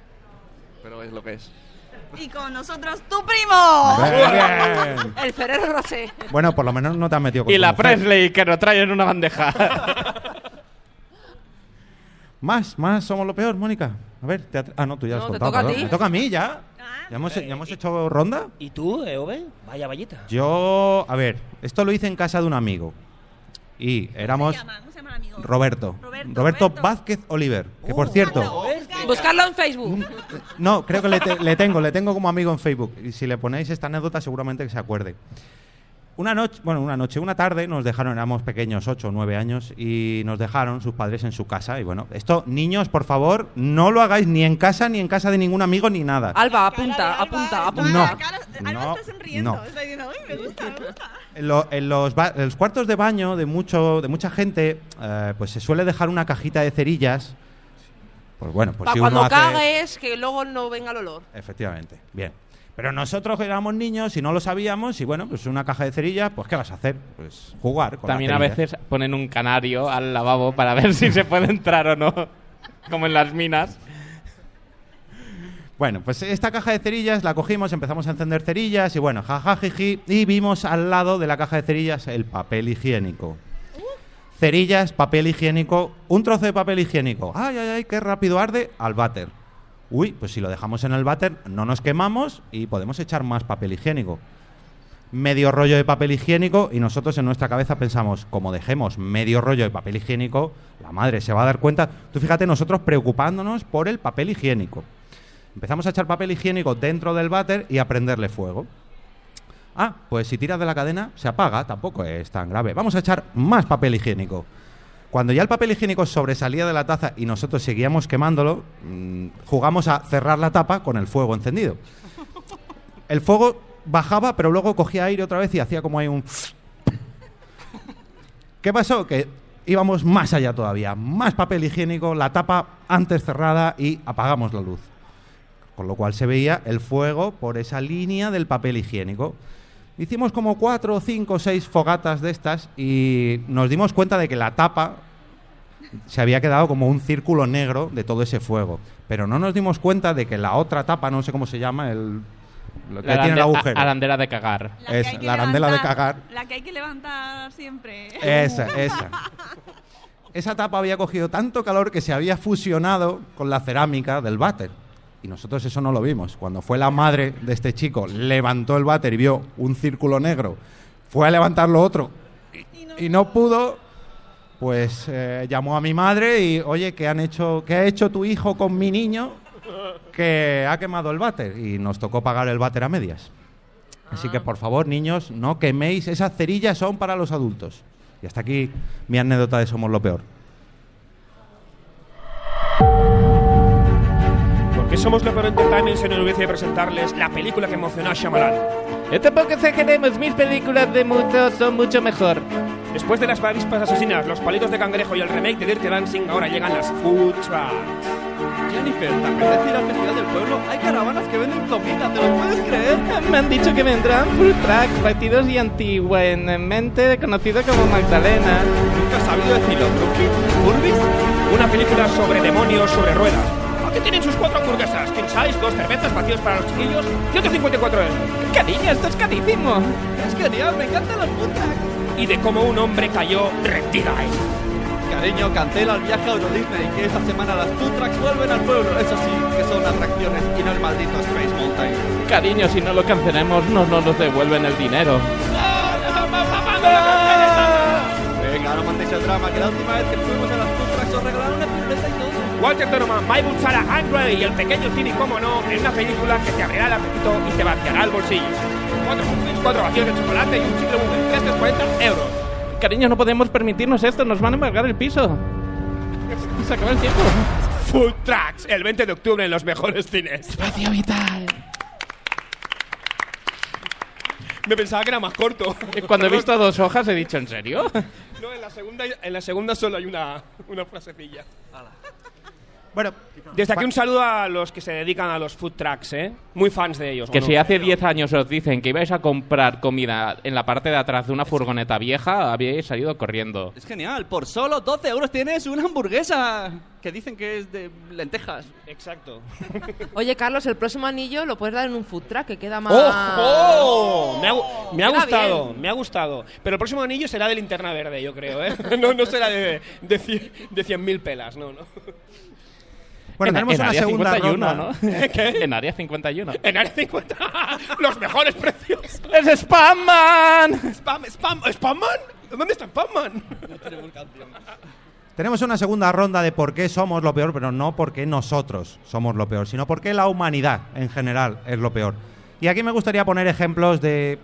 pero es lo que es.
Y con nosotros tu primo.
Bien.
El Ferrero Rosé.
Bueno, por lo menos no te has metido con
y
tu
la
mujer.
Presley que nos trae en una bandeja.
Más, más, somos lo peor, Mónica. A ver, te atra- ah, no, tú ya
No,
has
te
contado.
toca a
perdón.
ti. Ah.
Me toca a mí ya. ¿Ya hemos, ya hemos hecho ronda?
¿Y tú, Eove? Vaya vallita.
Yo, a ver, esto lo hice en casa de un amigo. Y éramos
¿Cómo se llama? ¿Cómo se llama el amigo?
Roberto.
Roberto, Roberto.
Vázquez Oliver. Que por cierto,
Buscarlo en Facebook.
No, creo que le, te- le tengo, le tengo como amigo en Facebook. Y si le ponéis esta anécdota, seguramente que se acuerde. Una noche, bueno, una noche, una tarde nos dejaron, éramos pequeños, 8 o 9 años, y nos dejaron sus padres en su casa. Y bueno, esto, niños, por favor, no lo hagáis ni en casa, ni en casa de ningún amigo, ni nada.
Alba,
Cara de
apunta,
Alba,
apunta,
está-
apunta.
No.
cara- Alba
No,
está sonriendo.
no.
Está diciendo, uy, me gusta, me gusta.
En, lo- en los, ba- en los cuartos de baño de, mucho, de mucha gente, eh, pues se suele dejar una cajita de cerillas. Pues bueno, pues
Para
si
cuando
uno hace-
cagues, que luego no venga el olor.
Efectivamente, bien. Pero nosotros que éramos niños y no lo sabíamos, y bueno, pues una caja de cerillas, pues ¿qué vas a hacer? Pues jugar con las
También a
cerillas.
veces ponen un canario al lavabo para ver si se puede entrar o no. Como en las minas.
Bueno, pues esta caja de cerillas la cogimos, empezamos a encender cerillas, y bueno, jajajiji, y vimos al lado de la caja de cerillas el papel higiénico. Cerillas, papel higiénico, un trozo de papel higiénico. Ay, ay, ay, qué rápido arde, al váter. Uy, pues si lo dejamos en el váter, no nos quemamos y podemos echar más papel higiénico. medio rollo de papel higiénico y nosotros en nuestra cabeza pensamos, como dejemos medio rollo de papel higiénico, la madre se va a dar cuenta. Tú fíjate, nosotros preocupándonos por el papel higiénico. Empezamos a echar papel higiénico dentro del váter y a prenderle fuego. Ah, pues si tiras de la cadena, se apaga, tampoco es tan grave. Vamos a echar más papel higiénico. Cuando ya el papel higiénico sobresalía de la taza y nosotros seguíamos quemándolo, mm, jugamos a cerrar la tapa con el fuego encendido. El fuego bajaba, pero luego cogía aire otra vez y hacía como hay un... ¿Qué pasó? Que íbamos más allá todavía, más papel higiénico, la tapa antes cerrada y apagamos la luz. Con lo cual se veía el fuego por esa línea del papel higiénico. Hicimos como cuatro, cinco, seis fogatas de estas y nos dimos cuenta de que la tapa se había quedado como un círculo negro de todo ese fuego. Pero no nos dimos cuenta de que la otra tapa, no sé cómo se llama, el, lo que
La
tiene el
arande-
agujero.
a- arandela de cagar.
La que
Es
hay que
la arandela de
levantar-
cagar. Eh.
La que hay que levantar siempre.
Esa, esa. Esa tapa había cogido tanto calor que se había fusionado con la cerámica del váter. Y nosotros eso no lo vimos. Cuando fue la madre de este chico, levantó el váter y vio un círculo negro, fue a levantar lo otro y- y no pudo, pues eh, llamó a mi madre y, oye, ¿qué, han hecho, ¿qué ha hecho tu hijo con mi niño que ha quemado el váter? Y nos tocó pagar el váter a medias. Así que por favor, niños, no queméis. Esas cerillas son para los adultos. Y hasta aquí mi anécdota de Somos lo Peor.
¿Por qué somos lo peor Entertainment se nos hubiese presentarles la película que emocionó a Shyamalan?
Este podcast queremos mil películas de mucho, son mucho mejor.
Después de las avispas asesinas, los palitos de cangrejo y el remake de Dirty Dancing, ahora llegan las food trucks.
Jennifer, ¿te apetece ir al Festival del Pueblo? Hay caravanas que venden comida, ¿te lo puedes creer?
Me han dicho que vendrán full tracks, batidos y antigua en mente, conocido como Magdalena.
Nunca he sabido decirlo, Trufi. ¿Furbis? Una película sobre demonios sobre ruedas. Aquí tienen sus cuatro hamburguesas, king size, dos cervezas vacíos para los chiquillos y otros 54 euros. ¡Qué cariño, esto es carísimo!
Es genial, me encantan las putas.
Y de cómo un hombre cayó reptile.
Cariño, cancela el viaje a Euro Disney, que esta semana las food trucks vuelven al pueblo. Eso sí, que son atracciones y no el maldito Space Mountain.
Cariño, si no lo cancelemos, no no nos devuelven el dinero.
Venga, no mandéis el drama, que la última vez que fuimos a las food trucks os regalaron una cerveza y todo.
Walter Donovan, Michael Sara, Andre y el pequeño Timmy, como no, en una película que te abrirá el apetito y te vaciará el bolsillo. Cuatro muffins, cuatro vacíos de chocolate y un chicle bubble, 340 euros.
Cariño, no podemos permitirnos esto, nos van a embargar el piso. Se acaba el tiempo.
Food Tracks, el 20 de octubre en los mejores cines.
Espacio vital.
Me pensaba que era más corto.
Eh, Cuando he visto dos hojas he dicho, ¿en serio?
No, en la segunda, en la segunda solo hay una, una frasecilla.
Bueno,
desde aquí un saludo a los que se dedican a los food trucks, ¿eh? Muy fans de ellos.
Que
¿o no?
si hace 10 años os dicen que ibais a comprar comida en la parte de atrás de una furgoneta vieja, habíais salido corriendo.
Es genial, por solo 12 euros tienes una hamburguesa que dicen que es de lentejas.
Exacto.
Oye, Carlos, el próximo anillo lo puedes dar en un food truck que queda más.
¡Ojo! Me ha, gu- me ha
Queda
gustado,
Ah. bien.
me ha gustado. Pero el próximo anillo será de linterna verde, yo creo, ¿eh? No, no será de, de, cien- de 100.000 pelas, no, no.
Bueno,
en,
Eh, tenemos
en
una
área
segunda
51,
ronda.
¿no? En área 51.
En área 50, los mejores precios.
¡Es Spamman!
Spam, spam, spamman. ¿Dónde está Spamman?
Tenemos una segunda ronda de por qué somos lo peor, pero no por qué nosotros somos lo peor, sino por qué la humanidad en general es lo peor. Y aquí me gustaría poner ejemplos de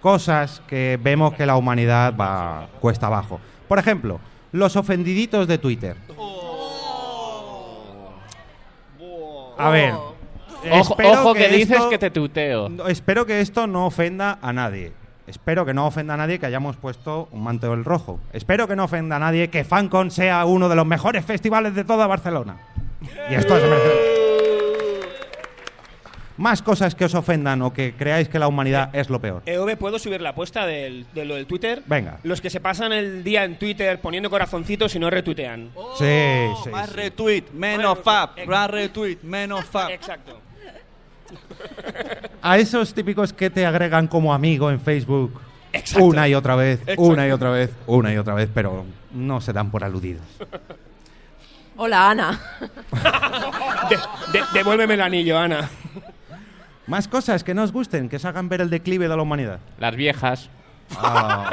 cosas que vemos que la humanidad va cuesta abajo. Por ejemplo, los ofendiditos de Twitter. A ver.
Ojo,
espero
ojo que, dices
esto-
que te tuteo.
no, espero que esto no ofenda a nadie. Espero que no ofenda a nadie que hayamos puesto un manto del rojo. Espero que no ofenda a nadie que FanCon sea uno de los mejores festivales de toda Barcelona. Y esto es merece- Más cosas que os ofendan o que creáis que la humanidad es lo peor.
EV, ¿puedo subir la apuesta del- de lo del Twitter?
Venga.
Los que se pasan el día en Twitter poniendo corazoncitos y no retuitean.
sí, sí.
Más
sí.
retweet, menos fab.
eh,
Más retweet, menos fab.
Exacto.
A esos típicos que te agregan como amigo en Facebook
Exacto.
una y otra vez,
Exacto.
una y otra vez, una y otra vez, pero no se dan por aludidos.
Hola, Ana.
De- de- devuélveme el anillo, Ana.
Más cosas que no os gusten, que os hagan ver el declive de la humanidad.
Las viejas.
No,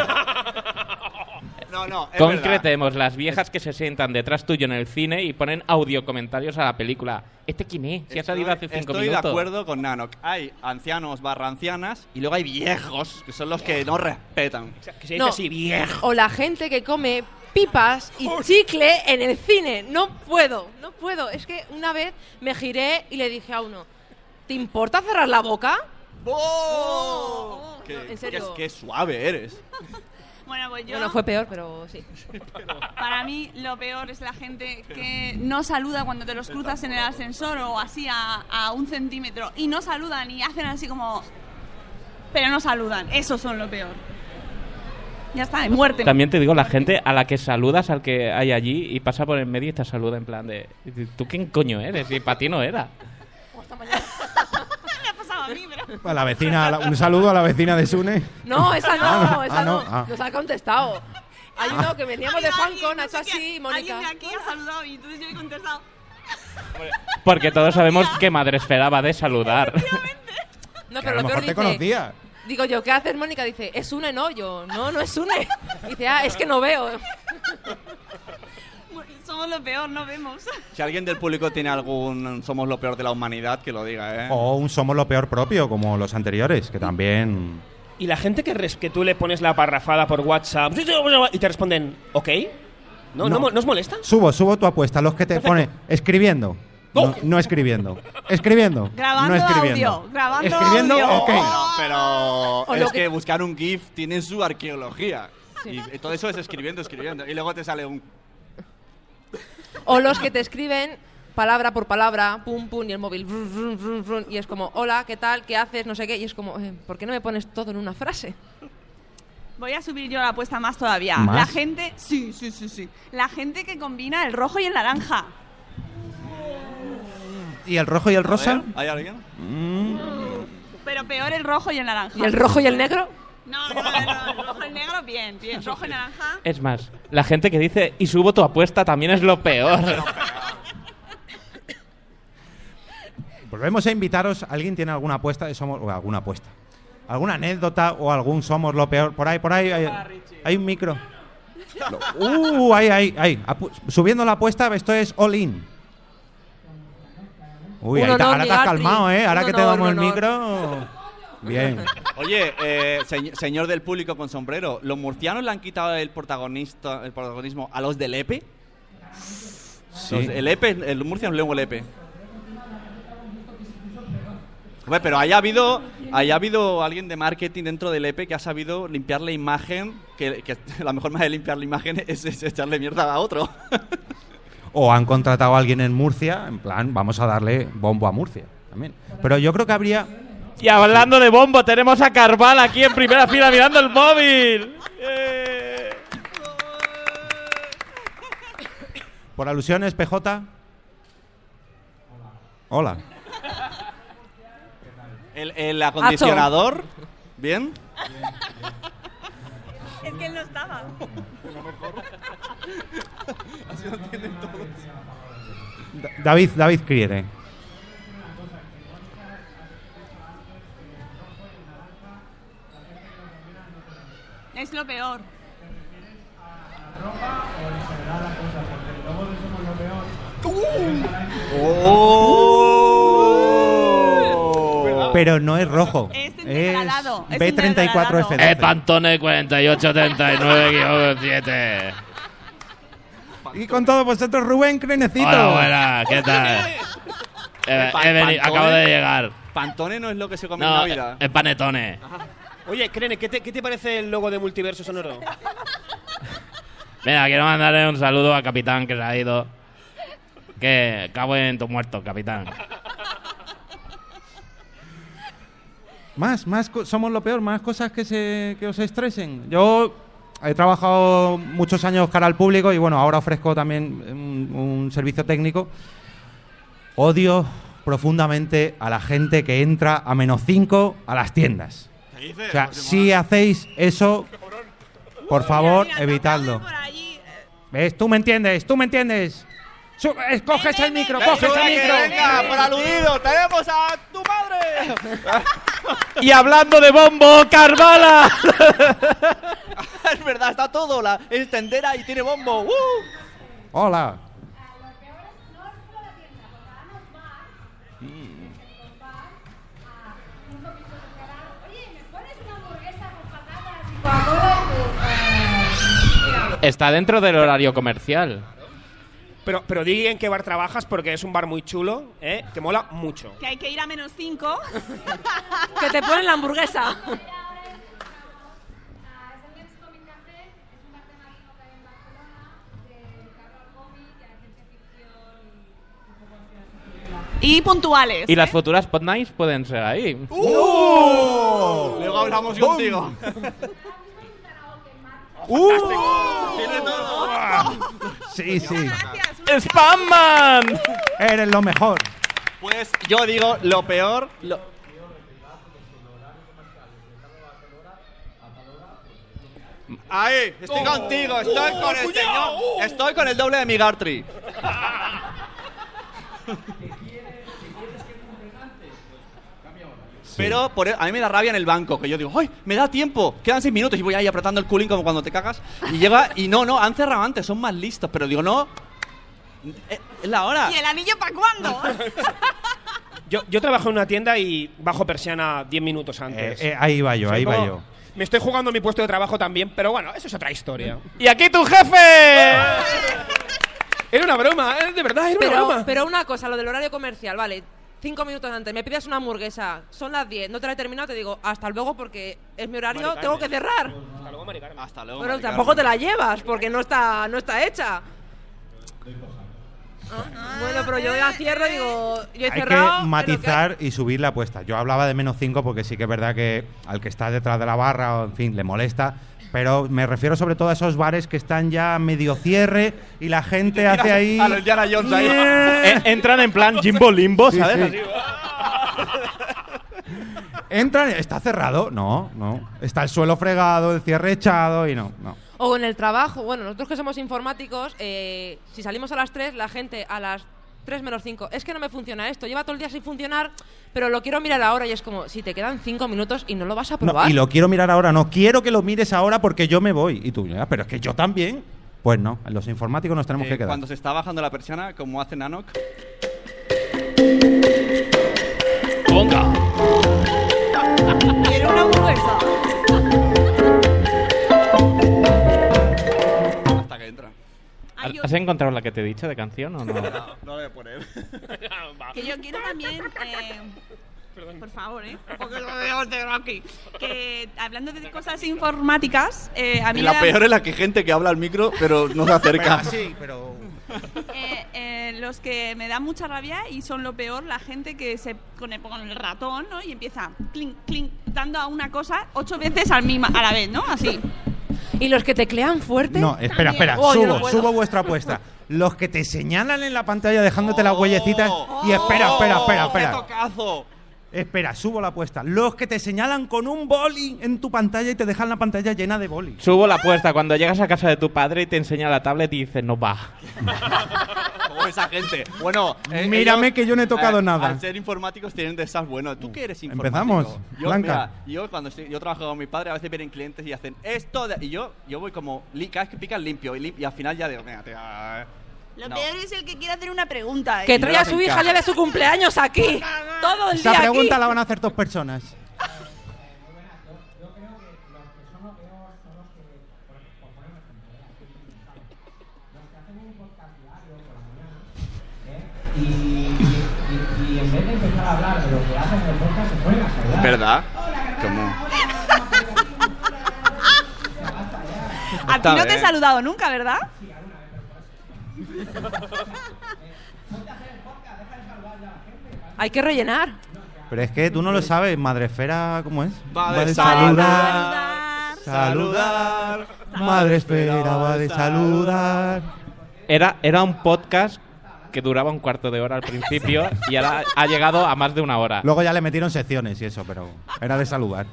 no, es verdad.
Concretemos, las viejas que se sientan detrás tuyo en el cine y ponen audio comentarios a la película. ¿Este quién es? Si ha
Estoy-
salido hace cinco
Estoy
minutos.
de acuerdo con Nanok. Hay ancianos barra ancianas y luego hay viejos, que son los que no respetan.
Que se dice
No.
así, viejo.
O la gente que come pipas y chicle en el cine. No puedo, no puedo. Es que una vez me giré y le dije a uno, ¿te importa cerrar la boca?
Que-
¡Oh! no, en
que
serio.
es- que suave eres.
Bueno, pues yo...
Bueno, fue peor, pero sí.
Para mí lo peor es la gente que no saluda cuando te los cruzas en el ascensor o así a, a un centímetro y no saludan y hacen así como... Pero no saludan, esos son lo peor. Ya está, y muerte.
También te digo, la gente a la que saludas, al que hay allí, y pasa por el medio y te saluda en plan de... ¿Tú quién coño eres? Y para ti no era.
Me ha pasado a mí, pero...
A la vecina, a la- un saludo a la vecina de Sune.
No, esa
Ah,
no,
no,
esa
ah,
no.
no, ah.
Nos ha contestado. Hay uno que veníamos de
Ha habido alguien,
Fancon, ha
no
hecho
sé quién,
así, y Mónica.
Alguien de aquí ha saludado y entonces yo he contestado.
Porque todos sabemos que madre esperaba de saludar.
No,
Que a lo mejor te conocía.
Digo yo, ¿qué haces, Mónica? Dice, es une, no, yo. No, no es une. Dice, ah, es que no veo.
Somos lo peor, no vemos.
Si alguien del público tiene algún somos lo peor de la humanidad, que lo diga, ¿eh?
Oh,
O un somos lo peor propio, como los anteriores, que también...
Y la gente que, res- que tú le pones la parrafada por WhatsApp y te responden, ¿ok? ¿No, no.
No.
mo- no os molesta?
Subo, subo tu apuesta. Los que te pone escribiendo. No, no escribiendo. Escribiendo.
Grabando
no escribiendo.
audio, grabando
Escribiendo,
audio.
ok.
Pero
O lo
es
que-
que buscar un GIF tiene su arqueología. Y todo eso es escribiendo, escribiendo. Y luego te sale un...
O los que te escriben palabra por palabra, pum, pum, y el móvil. vrun, vrun, vrun, vrun, y es como, hola, ¿qué tal? ¿Qué haces? No sé qué. Y es como, eh, ¿por qué no me pones todo en una frase?
Voy a subir yo la apuesta más todavía.
¿Más?
La gente, sí, sí, sí, sí. La gente que combina el rojo y el naranja.
¿Y el rojo y el rosa?
¿Hay alguien?
Pero peor el rojo y el naranja.
¿Y el rojo y el negro?
No, no, no, no, el rojo y el negro bien, bien. Rojo y naranja.
Eh.
Es más, la gente que dice, y subo tu apuesta también es lo peor.
Volvemos a invitaros. ¿Alguien tiene alguna apuesta? de Somos, o alguna apuesta. ¿Alguna anécdota o algún somos lo peor? Por ahí, por ahí. Hay, hay un micro. Uh, ahí, ahí, ahí. Apu- subiendo la apuesta, esto es all in. Uy,
Un
ahí te-
honor,
ahora te has
Miguel Artri.
calmado, ¿eh? Ahora
Un
que te
honor,
damos el
un honor.
micro. Bien.
Oye, eh, señ- señor del público con sombrero, ¿los murcianos le han quitado el, protagonista, el protagonismo a los del EPE? Los, el EPE, el murciano luego el EPE. Hombre, pero haya habido, haya habido alguien de marketing dentro del EPE que ha sabido limpiar la imagen, que, que la mejor manera de limpiar la imagen es, es echarle mierda a otro.
O han contratado a alguien en Murcia, en plan, vamos a darle bombo a Murcia también. Pero yo creo que habría.
Y hablando de bombo, tenemos a Carval aquí en primera fila mirando el móvil.
Eh,
Por alusiones, PJ. Hola.
El, el acondicionador, ¿bien?
Es que él no estaba.
Así lo entienden todos.
Da- David, David Criere.
Es lo peor.
Pero no es rojo. Es
degradado, es un degradado.
B34F.
Eh, Pantone 4839-7.
Y con todos vosotros, Rubén Crenecito.
Hola, buenas, ¿qué tal? Eh, he veni- acabo de llegar.
Pantone no es lo que se come en
No,
Navidad.
eh,
es panetone.
Oye, Crene, ¿qué te, qué te parece el logo de Multiverso Sonoro?
Mira, quiero mandarle un saludo al capitán que se ha ido. Que cago en tu muerto, capitán.
Más, más, co- somos lo peor, más cosas que, se, que os estresen. Yo he trabajado muchos años cara al público y bueno, ahora ofrezco también un, un servicio técnico. Odio profundamente a la gente que entra a menos 5 a las tiendas. O
Pues
sea, si hacéis eso, por favor, evitadlo. ¿Ves? Tú me entiendes, tú me entiendes. Su- eh, Coges el micro, coges el
Venga, que
micro.
venga, por aludido, tenemos a tu madre.
Y hablando de bombo, Carvala.
es verdad, está todo, la, es tendera y tiene bombo. ¡Uh!
Hola.
está dentro del horario comercial.
Pero, pero di en qué bar trabajas porque es un bar muy chulo, ¿eh? que mola mucho.
Que hay que ir a menos 5.
que te ponen la hamburguesa.
Y puntuales.
Y las futuras Pod Nights pueden ser ahí.
¡Uh! Luego hablamos contigo.
¡Uh!
Tiene todo.
Sí, sí.
¡Spamman!
Eres lo mejor.
Pues yo digo lo peor. lo- Ahí, estoy
Oh.
contigo, estoy
Oh,
con el
cuñao,
señor, estoy con el doble de mi Gartry. Pero por e- a mí me da rabia en el banco, que yo digo, ¡ay, me da tiempo! Quedan seis minutos y voy ahí apretando el culín como cuando te cagas. Y llega, y no, no, han cerrado antes, son más listos, pero digo, no, eh, es la hora.
¿Y el anillo para cuándo?
Yo, yo trabajo en una tienda y bajo persiana 10 minutos antes.
Eh, eh, ahí va yo,
O sea,
ahí va
como-
yo.
Me estoy jugando mi puesto de trabajo también, pero bueno, eso es otra historia.
Mm.
¡Y aquí tu jefe!
Era una broma, eh, de verdad, era una
Pero,
broma.
pero una cosa, lo del horario comercial, vale. Cinco minutos antes, me pidas una hamburguesa, son las 10, no te la he terminado, te digo hasta luego porque es mi horario,
Mari
tengo que
Carmen.
cerrar.
Hasta luego, Mari Carmen.
Hasta luego.
Pero
Mari
tampoco te
Carmen.
la llevas porque no está, no está hecha. Ah, bueno, pero yo ya cierro, digo, yo he
Hay
cerrado.
que
es lo que hay.
matizar y subir la apuesta. Yo hablaba de menos 5 porque sí que es verdad que al que está detrás de la barra, o, en fin, le molesta. Pero me refiero sobre todo a esos bares que están ya medio cierre y la gente hace ahí. Eh,
A los Indiana Jones ahí.
Eh,
Yeah.
entran en plan Jimbo Limbo,
Sí,
¿sabes?
sí. Entran, está cerrado. No, no. Está el suelo fregado, el cierre echado y no, no.
O en el trabajo, bueno, nosotros que somos informáticos, eh, si salimos a las 3, la gente a las 3 menos 5, es que no me funciona esto, lleva todo el día sin funcionar, pero lo quiero mirar ahora y es como, si te quedan 5 minutos y no lo vas a
No,
probar.
y lo quiero mirar ahora, no. Quiero que lo mires ahora porque yo me voy. Y tú, ya, pero es que yo también. Pues no, los informáticos nos tenemos
Eh,
que quedar.
Cuando se está bajando la persiana, como hace Nanok.
Quiero una hamburguesa.
Hasta que entra.
¿Has encontrado la que te he dicho de canción o no?
No le voy a poner.
Que yo quiero también. eh, por favor, ¿eh? Porque lo veo de aquí. Que hablando de cosas informáticas, eh, a mí me
la
da-
peor es la que gente que habla al micro, pero no se acerca.
sí, pero.
eh, eh, los que me dan mucha rabia y son lo peor, la gente que se con el, con el ratón ¿no? y empieza clink, clink, dando a una cosa ocho veces al misma, a la vez, ¿no? Así.
¿Y los que teclean fuerte?
No, espera, espera.
Oh, yo no
subo,
puedo.
subo vuestra apuesta. Los que te señalan en la pantalla dejándote
Oh.
las huellecitas. Y espera, espera, espera,
¡Qué
espera.
tocazo!
Espera, subo la apuesta. Los que te señalan con un boli en tu pantalla y te dejan la pantalla llena de boli.
Subo la apuesta. Cuando llegas a casa de tu padre y te enseña la tablet y dices, no va.
Oh, esa gente. Bueno, eh,
Mírame
ellos,
que yo no he tocado
eh,
nada.
Al ser informáticos tienen de esas buenas. ¿Tú qué eres informático?
Empezamos,
Yo,
Blanca.
mira, yo cuando estoy, yo trabajo con mi padre, a veces vienen clientes y hacen esto. de- y yo, yo voy como, li- cada vez que pican limpio. Y, lim- y al final ya digo, mira, tía, eh,
Lo
No.
peor es el que quiere hacer una pregunta. ¿eh?
Que
no
trae a
le
su
hacen
hija
caso.
ya de su cumpleaños aquí. Todo el
Esa
día
pregunta
aquí.
la van a hacer dos personas.
Y en vez de empezar a hablar de lo que hacen en el podcast, se ponen a saludar.
¿Verdad? Como-
A ti
Está
no te he
bien.
saludado nunca, ¿verdad?
Hay que rellenar.
Pero es que tú no lo sabes, madresfera, ¿cómo es?
Va de Ah,
saludar,
saludar,
madresfera va de saludar.
Era, era un podcast que duraba un cuarto de hora al principio y ahora ha llegado a más de una hora.
Luego ya le metieron secciones y eso, pero era de saludar.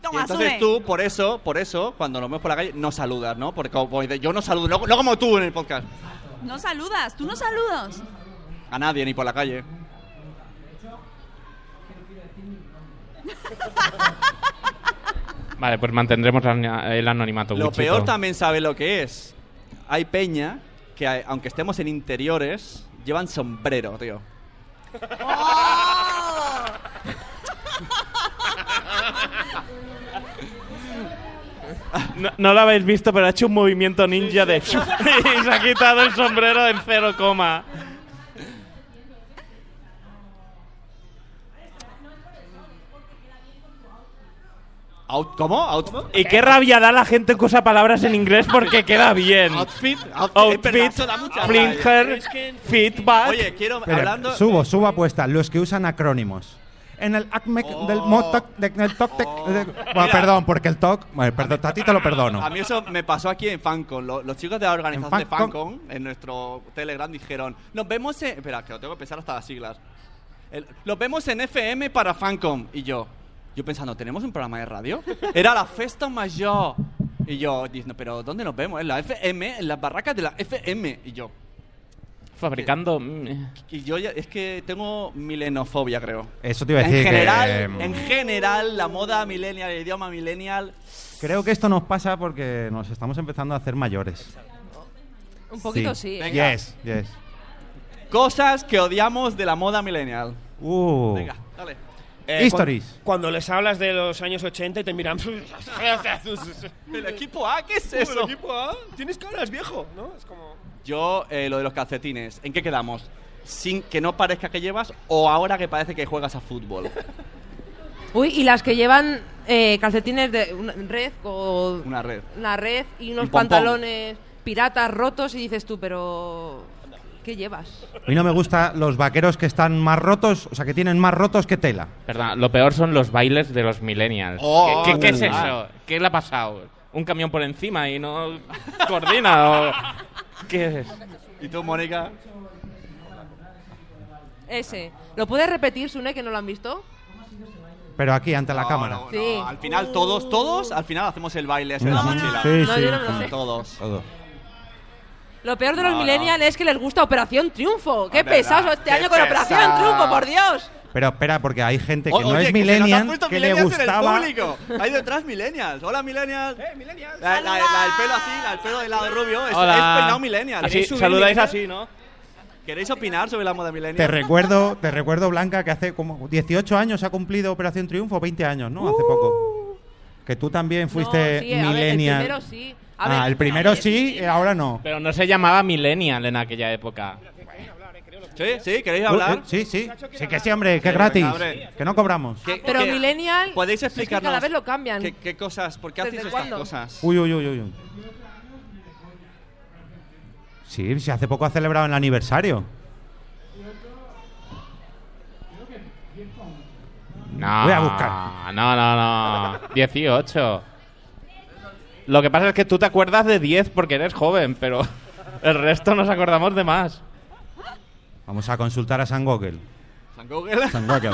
Y
Toma,
entonces
asume.
tú, por eso, por eso, cuando nos vemos por la calle, no saludas, ¿no? Porque como dices, yo no saludo, no, no como tú en el podcast.
No saludas, tú no saludas.
A nadie, ni por la calle.
Vale, pues mantendremos la- el anonimato.
Lo
Guchito.
peor también sabe lo que es. Hay peña que, a- aunque estemos en interiores, llevan sombrero, tío.
No, no lo habéis visto, pero ha hecho un movimiento ninja de... y se ha quitado el sombrero en cero coma.
Out- ¿Cómo? Out-
Y qué rabia da la gente que usa palabras en inglés porque queda bien.
Outfit, outfit,
outfit,
eso da mucha rabia.
flinger,
Es que-
feedback.
Oye, quiero
Espera,
hablando.
Subo, subo apuesta. Los que usan acrónimos. En el ACMEC
Oh.
del MOTOC, del TOC, de- Bueno, perdón, porque el TOC. Bueno, perdón, a ti te lo perdono.
A mí eso me pasó aquí en FanCon. Lo- los chicos de la organización de
En FanCon.
FanCon, en nuestro Telegram, dijeron: Nos vemos en. Espera, que lo tengo que pensar hasta las siglas. El- Nos vemos en FM para FanCon. Y yo, yo pensando, ¿tenemos un programa de radio? Era la Festa Mayor. Y yo, diciendo, ¿pero dónde nos vemos? En la FM, en las barracas de la FM. Y yo, eh,
Fabricando.
mm, eh.
y yo ya- es que tengo milenofobia, creo.
Eso te iba a decir
En
que,
general,
eh,
en general, la moda millennial, el idioma millennial.
Creo que esto nos pasa porque nos estamos empezando a hacer mayores.
Un ¿eh?
Venga.
Yes, yes.
Cosas que odiamos de la moda millennial.
Uh.
Venga, dale.
Eh,
Histories.
cuan- Cuando les hablas de los años 80 y te miran.
¿El equipo A? ¿Qué es eso?
¿El equipo A? Tienes caras, viejo, ¿no? Es como.
Yo, eh, lo de los calcetines. ¿En qué quedamos? ¿Sin que no parezca que llevas o ahora que parece que juegas a fútbol?
Uy, y las que llevan eh, calcetines de una red o
Una red.
una red y unos
Y pompón.
pantalones piratas rotos y dices tú, pero ¿qué llevas?
A mí no me gustan los vaqueros que están más rotos, o sea, que tienen más rotos que tela.
Perdón, lo peor son los bailes de los millennials.
Oh,
¿Qué, qué- qué es
verdad.
eso? ¿Qué le ha pasado? ¿Un camión por encima y no coordina? o ¿Qué es?
¿Y tú, Mónica?
Ese. ¿Lo puedes repetir, Sune, que no lo han visto?
Pero aquí, ante la
No,
cámara.
no, no.
Sí.
Al final, todos, todos, al final hacemos el baile ese de la
Ujú.
mochila.
Sí, sí, sí.
Todos.
Todo.
Lo peor de
No,
los
no. Ah,
millennials es que les gusta Operación Triunfo. ¡Qué
Es verdad,
pesados este
qué
año con Operación
pesados.
Triunfo, por Dios!
Pero espera, porque hay gente que
O-
no
oye,
es
que se nos han
millennial,
puesto
que le
millennials en el
gustaba.
público. Hay detrás millennials. Hola, millennials. ¡Eh,
millennials!
La, la- la- el pelo así, la- el pelo de lado rubio. Es,
Hola.
es peinado millennial.
Así, saludáis así,
¿no? ¿Queréis opinar sobre la moda millennial?
Te recuerdo, te recuerdo, Blanca, que hace como 18 años ha cumplido Operación Triunfo, 20 años, ¿no? Hace poco. Que tú también fuiste
sí, a ver, el
millennial.
primero sí. A
Ah,
ver,
el primero sí, eh, ahora no.
Pero no se llamaba millennial en aquella época.
Sí, sí, ¿queréis hablar?
Uh, uh, sí, sí. Sí que sí, hombre, que es gratis.
venga, abre.
Que no cobramos.
Ah, Pero millennial...
Eh, ¿Podéis
es que
explicarnos
cada vez lo cambian.
¿Qué, qué cosas? ¿Por qué hacéis
¿Desde
estas
cuándo?
cosas?
Uy, uy, uy, uy, uy. Sí, sí, hace poco ha celebrado el aniversario.
No,
Voy a buscar.
No, no, no. 18. Lo que pasa es que tú te acuerdas de 10 porque eres joven, pero el resto nos acordamos de más.
Vamos a consultar a San Google.
¿San Google?
San Google.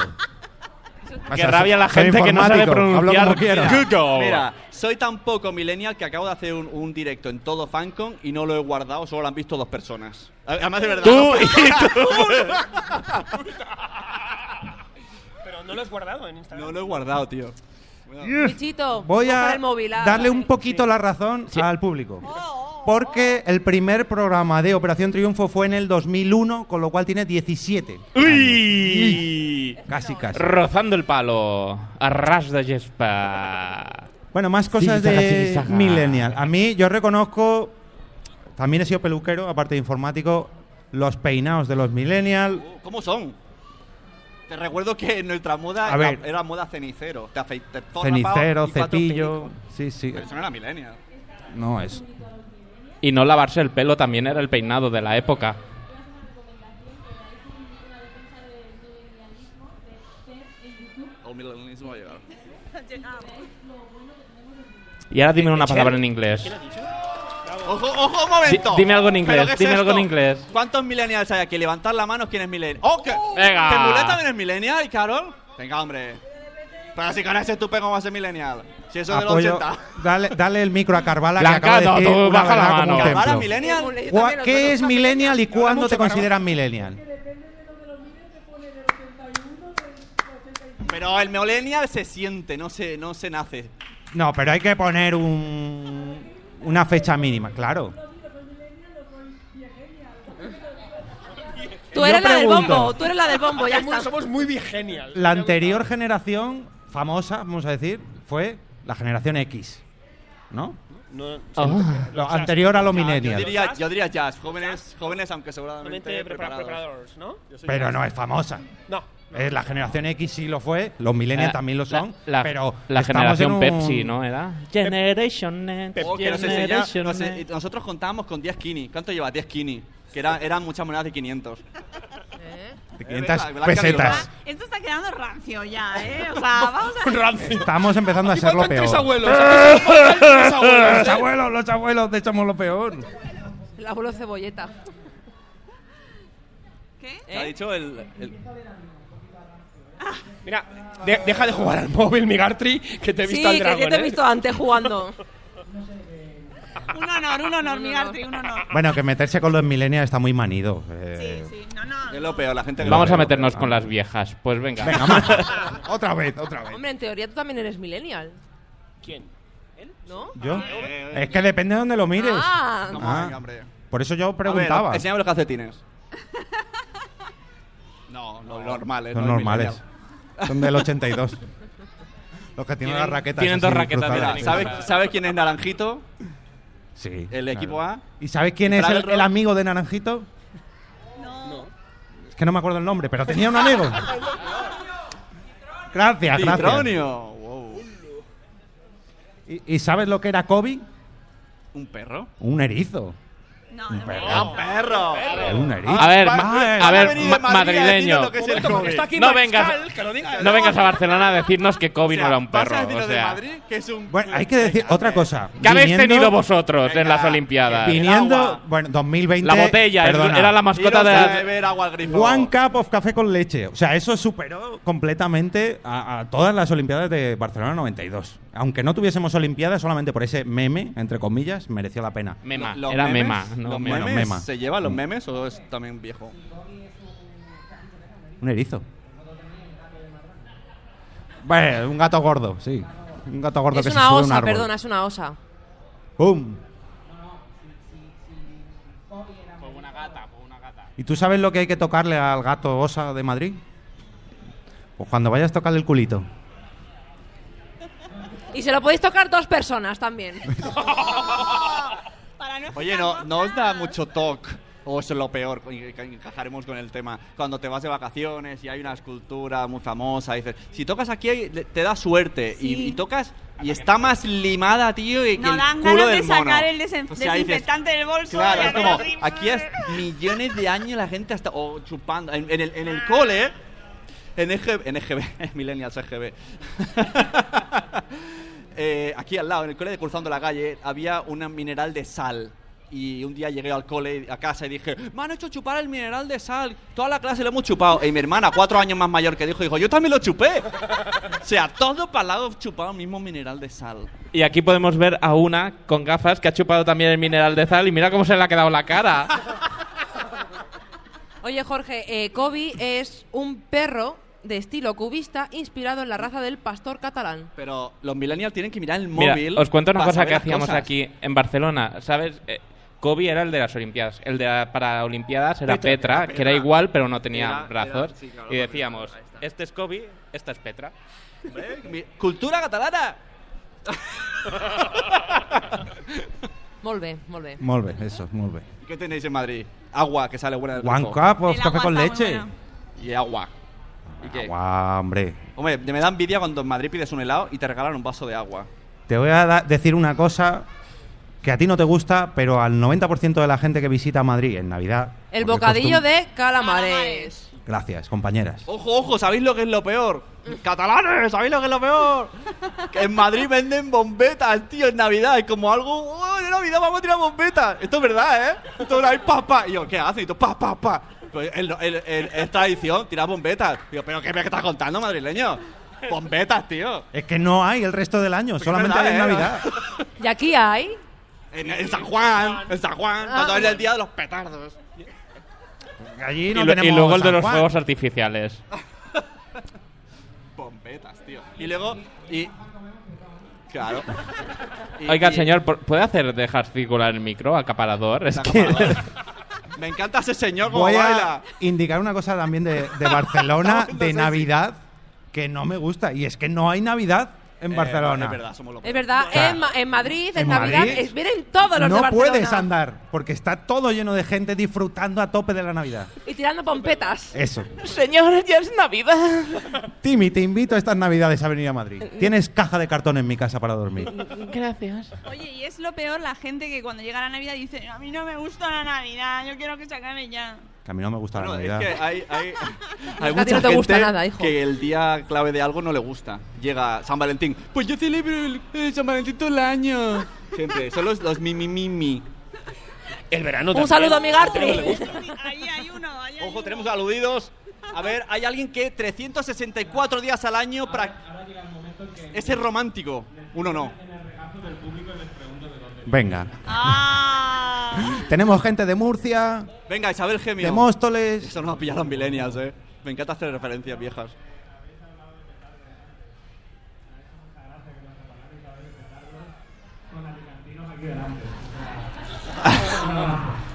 Qué rabia la
Soy
gente que no sabe
informático, hablo
pronunciar
como quiera.
Google.
Mira, soy tan poco millennial que acabo de hacer un, un directo en todo FanCon y no lo he guardado, solo lo han visto dos personas. A- Además de verdad.
Tú
dos
y
personas.
tú.
¡Puta!
Pero no lo has guardado en Instagram.
No lo he guardado, tío.
Bichito,
Voy
compra
a
el móvil, ah, Oh,
darle
vale.
un poquito la razón al público. Porque el primer programa de Operación Triunfo fue en el 2001, con lo cual tiene 17.
¡Uy!
Casi, casi.
Rozando el palo. A ras de yespa.
Bueno, más cosas
Sí, saca, sí,
de
saca.
Millennial. A mí, yo reconozco, también he sido peluquero, aparte de informático, los peinados de los Millennial.
¿Cómo son? Te recuerdo que en nuestra moda
A
era,
ver.
era moda cenicero. Te afeité
Cenicero, cepillo. Sí, sí.
Pero eso no era millennial.
No es.
Y no lavarse el pelo también era el peinado de la época.
O millennialismo va a llegar. Ah.
Y ahora dime una
Echel.
palabra en inglés.
¿Quién ha dicho? Ojo, ojo, un momento.
Di- dime algo en
¿Pero
inglés,
qué es
dime algo en
esto?
inglés.
¿Cuántos millennials hay aquí? Levantad la mano, ¿quién es millennial? ¡Oh, que,
Venga.
que Mulet también es millennial, Carol! Venga, hombre. Pero si con ese estupendo ¿cómo vas a ser millennial? Si eso es de
Apoyo.
los 80.
Dale, dale el micro a Carvala,
Blanca,
que acaba de
no,
decir
tú
una
baja la
verdad como
mano.
un templo.
¿Ahora millennial?
Gua- ¿Qué es millennial y cuándo te consideran millennial?
Pero el millennial se siente, no se, no se nace.
No, pero hay que poner un, una fecha mínima, claro.
Tú eres
Yo
la del
pregunto.
bombo, tú eres la del bombo, ya está.
Somos muy vigenial.
La anterior generación famosa, vamos a decir, fue la generación X. ¿No?
No,
Ah. Lo anterior a lo millennial.
Yo diría, yo diría jazz, jóvenes, jóvenes aunque seguramente
Solamente prepara-
preparados.
preparadores, ¿no?
Pero no es famosa.
No.
Eh, la generación X sí lo fue, los millennials
Eh,
también lo
la-
son,
la-
pero
la
estamos en
generación
un-
Pepsi, ¿no era?
Generation Next.
Oh, que nos enseña- nos
eh.
en- nosotros contábamos con 10 skinny. ¿Cuánto lleva 10 skinny? Que era- eran muchas monedas de 500.
De
Eh,
500
¿verdad? ¿Verdad que
pesetas.
Ah, Esto está quedando rancio ya, ¿eh? O sea, vamos a...
Estamos empezando a ser lo peor.
tres abuelos. ¿eh?
Los
Tres abuelos,
abuelos,
¿eh?
los abuelos, de hecho, somos lo peor.
El abuelo cebolleta. ¿Qué?
Ha dicho el, el-
Mira, de- deja de jugar al móvil, Migartri, que te he
Sí,
visto al
que
dragón.
yo te he
¿eh?
visto antes jugando.
Un honor, un honor, mi Gartri, un honor.
Bueno, que meterse con los millennials está muy manido. eh.
Es lo peor, la gente que
Vamos
lo
a
peor.
meternos con las viejas. Pues venga.
Venga, va. otra vez, otra vez.
Hombre, en teoría tú también eres millennial.
¿Quién?
¿Él? ¿No?
¿Yo? Es que depende de dónde lo mires.
Ah.
No, venga, hombre.
Por eso yo
A
preguntaba.
ver, enséñame los calcetines. no, los normales.
Son
no el
normales.
millennial.
Son del 82. Los que tienen, las raquetas.
tienen dos
así
raquetas de
cruzadas.
Mira, ¿sabes, sabes quién es Naranjito?
Sí.
El equipo A.
¿Y sabes quién es
Fran
el,
Ro-
el amigo de Naranjito? Es que no me acuerdo el nombre, pero tenía un amigo.
Ah,
Gracias, gracias.
Titronio. Wow.
¿Y, y sabes lo que era Kobe?
¿Un perro?
Un erizo. un perro.
¡Un perro!
Un erizo.
A ver,
Ah,
ma-
vale.
a ver,
Ha venido
ma-
de Madrid a
madrileño.
decirnos lo que es el
Momento, porque
COVID.
está aquí
No
Max
vengas-
Cal, que lo diga.
No vengas a Barcelona a decirnos que Kobe no era un
¿Vas
perro.
a decirnos
O
de
sea,
Madrid que es un...
Bueno, hay que decir otra cosa.
¿qué habéis
Viniendo-
tenido vosotros en las
eh,
Olimpiadas?
Viniendo, bueno, 2020.
La botella, el-
perdona.
era la mascota de
Iros a
la-
beber agua al grifo.
One cup of café con leche. O sea, eso superó completamente a, a todas las Olimpiadas de Barcelona 92. Aunque no tuviésemos Olimpiadas, solamente por ese meme, entre comillas, mereció la pena.
Mema,
Los
era
memes-
Mema. no,
los
mema.
memes,
mema.
¿Se llevan los memes o es también viejo?
Un erizo. Bueno, un gato gordo, sí. Un gato gordo
Es
que se
una
sube a un
osa,
árbol.
perdona, es una osa.
¡Pum!
una gata, por una gata.
¿Y tú sabes lo que hay que tocarle al gato osa de Madrid? Pues cuando vayas a tocarle el culito.
Y se lo podéis tocar dos personas también.
Oye, no, no os da mucho toque. O es lo peor, y que encajaremos con el tema. Cuando te vas de vacaciones y hay una escultura muy famosa, dices, si tocas aquí hay- le- te da suerte. Y-
Sí.
Y, tocas y está más limada, tío, y que
Nos
el
dan
culo
ganas de
del
sacar
mono.
el desen-
O sea, dices,
desinfectante del bolso.
Claro,
y
es como,
abrir-
aquí es millones de años la gente hasta o chupando en, en el, en el cole, ¿eh? en EGB, en E EGB, millennials E EGB. Eh, aquí al lado, en el cole de cruzando la calle, había un mineral de sal. Y un día llegué al cole, a casa y dije, me han hecho chupar el mineral de sal. Toda la clase lo hemos chupado. Y mi hermana, cuatro años más mayor que dijo, dijo, yo también lo chupé. o sea, todos para el lado chupado el mismo mineral de sal.
Y aquí podemos ver a una con gafas que ha chupado también el mineral de sal y mira cómo se le ha quedado la cara.
Oye, Jorge, eh, Kobe es un perro de estilo cubista inspirado en la raza del pastor catalán.
Pero los millennials tienen que mirar el
Mira,
móvil.
os cuento una
para
cosa
saber
que
las
hacíamos
cosas.
aquí en Barcelona, ¿sabes? Eh, Kobe era el de las Olimpiadas, el de la- para Olimpiadas era
Petra,
Petra,
Petra.
que era igual pero no tenía
Era- era-
brazos
sí, claro,
y
también,
decíamos,
ahí está.
este es Kobe, esta es Petra.
Hombre, mi- Cultura catalana.
Molve, molve.
Muy bien, eso, muy bien.
¿Y ¿Qué tenéis en Madrid? Agua que sale buena del
One
grifo.
cup of
El
café
agua
con
está muy
leche.
buena.
Y agua. ¿Y qué?
Guau, hombre.
Hombre, me da envidia cuando en Madrid pides un helado y te regalan un vaso de agua.
Te voy a da- decir una cosa que a ti no te gusta, pero al 90% de la gente que visita Madrid en Navidad.
El
porque
bocadillo
es costum-
de calamares.
Gracias, compañeras.
Ojo, ojo, ¿sabéis lo que es lo peor? Catalanes, ¿sabéis lo que es lo peor? Que en Madrid venden bombetas, tío, en Navidad. Es como algo, ¡oh, de Navidad vamos a tirar bombetas! Esto es verdad, ¿eh? Esto es papá. Y yo, ¿qué haces? Y tú, pa, pa, pa. Pues es lo- es- es- es tradición, tirar bombetas. Digo, ¿pero qué me estás contando, madrileño? Bombetas, tío.
Es que no hay el resto del año, solamente
verdad,
hay en
¿eh?
Navidad.
Y aquí hay.
En, en San Juan, en San Juan, cuando es el día de los petardos.
Allí
Y,
no
lo- y
tenemos
luego el de
San
los
Juan.
fuegos artificiales.
Bombetas, tío. Y luego, y. Claro. Y-
Oiga,
y-
señor, ¿por- ¿puede hacer dejar circular el micro acaparador? Es que...
Me encanta ese señor como
Voy a
baila.
indicar una cosa también de, de Barcelona, de Navidad, que no me gusta. Y es que no hay Navidad en
Eh,
Barcelona.
es verdad, somos locos.
Es verdad,
O sea,
en, Ma- en Madrid, en,
en
Navidad,
Madrid
es- vienen todos los de
no
Barcelona.
puedes andar porque está todo lleno de gente disfrutando a tope de la Navidad.
Y tirando pompetas.
Eso.
Señor, ya es Navidad.
Timmy, te invito a estas Navidades a venir a Madrid. Tienes caja de cartón en mi casa para dormir.
Gracias.
Oye, y es lo peor la gente que cuando llega la Navidad dice, a mí no me gusta la Navidad, yo quiero que se acabe ya.
Que a mí no me gusta la Navidad.
que hay, hay,
A
hay
ti
mucha
no te gusta
gente
nada, hijo.
que el día clave de algo no le gusta. Llega San Valentín. Pues yo celebro el, el San Valentín todo el año. Siempre, son los, los mi, mi, mi, mi.
El verano
Un saludo a mi Gartri.
Ojo, tenemos aludidos. A ver, hay alguien que 364 días al año... prac- Ese es romántico. Uno no.
Venga.
Ah,
Tenemos gente de Murcia.
Venga, Isabel Gemio.
De Móstoles.
Eso nos va a pillar los millennials, eh. Me encanta hacer referencias viejas.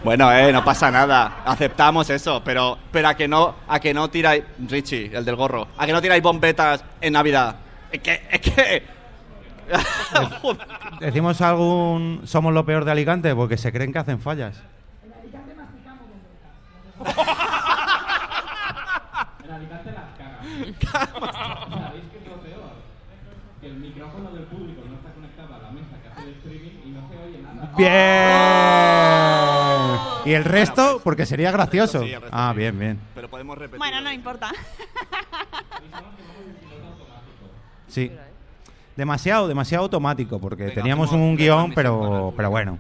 Bueno, eh, no pasa nada. Aceptamos eso, pero, pero a que no, a que no tiráis. Richie, el del gorro. A que no tiráis bombetas en Navidad. Es que, es que. Joder.
Decimos algún somos lo peor de Alicante porque se creen que hacen fallas.
En Alicante las cagas. ¿Sabéis qué es lo peor? Que el micrófono del público no está conectado a la mesa que hace el streaming y no se oye nada.
Bien. Y el resto
pues,
porque sería gracioso. Ah, bien, bien.
Pero podemos repetir.
Bueno, no importa.
Sí. Demasiado, demasiado automático porque teníamos un guión, pero, pero bueno.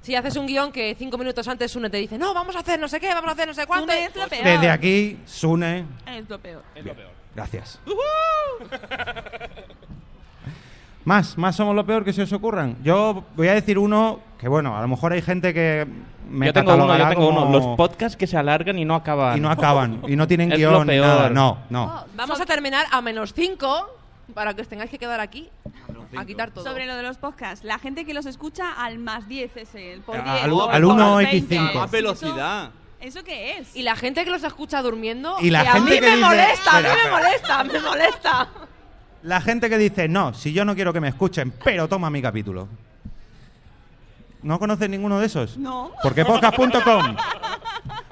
Si haces un guión que cinco minutos antes uno te dice, no, vamos a hacer no sé qué, vamos a hacer no sé cuánto. es lo peor.
Desde aquí, Sune,
Es lo peor. Es lo peor.
gracias. Más, más somos lo peor que se os ocurran. Yo voy a decir uno que, bueno, a lo mejor hay gente que me
yo tengo uno, yo
catalogará
tengo uno.
como-
Los podcasts que se alargan y no acaban.
Y no acaban, y no tienen
Es
guión,
lo
ni nada.
peor.
No, no.
Vamos a terminar a menos cinco para que os tengáis que quedar aquí a quitar todo.
Sobre lo de los podcasts, la gente que los escucha al más 10 es el. Por 10,
Ah, Al,
por-
al
por
1x5.
veinte.
¿Eso qué es? Y la gente que los escucha durmiendo.
Y la
que
gente
a mí
que
me
dice-
molesta, a mí
Espera,
me
espera.
molesta, me molesta.
La gente que dice, no, si yo no quiero que me escuchen, pero toma mi capítulo. ¿No conoces ninguno de esos?
No.
Porque podcast.com.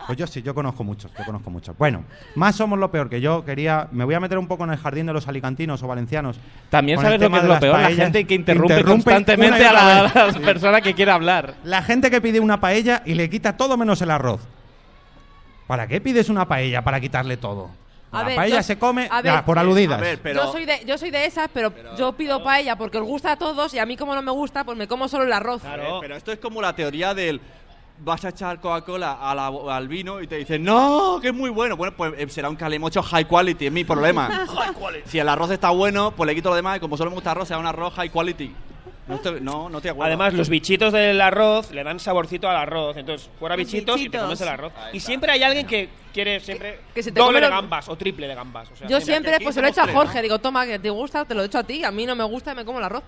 Pues yo sí, yo conozco muchos, yo conozco muchos. Bueno, más somos lo peor que yo quería. Me voy a meter un poco en el jardín de los alicantinos o valencianos.
También
Con
sabes
el
lo
tema
que es
de
lo
las
peor, la
paellas.
gente que interrumpe,
Interrumpe
constantemente
una y
a
otra
la,
vez.
a la
Sí.
persona que quiere hablar.
La gente que pide una paella y le quita todo menos el arroz. ¿Para qué pides una paella? Para quitarle todo.
A
la
ver,
paella
yo-
se come
a
ya,
ver,
por aludidas.
yo, soy de, yo soy de esas, pero, yo pido paella porque os gusta a todos y a mí como no me gusta, pues me como solo el arroz.
Eh, Pero esto es como la teoría del vas a echar Coca-Cola a la- al vino y te dicen, no, que es muy bueno. Bueno, pues eh, será un calimocho high quality, es mi problema. si el arroz está bueno, pues le quito lo demás y como solo me gusta arroz, será un arroz high quality. No te, no, no te acuerdo.
Además, los bichitos del arroz le dan saborcito al arroz. Entonces, fuera
Los
bichitos, y te
bichitos.
comes el arroz.
Ahí
Y
está.
siempre hay alguien que quiere siempre
que se te
doble
come
de
lo-
gambas o triple de gambas. O sea,
yo
mira,
siempre
aquí
pues se lo echo a
somos tres,
Jorge, digo, toma, que te gusta, te lo echo a ti, a mí no me gusta y me como el arroz.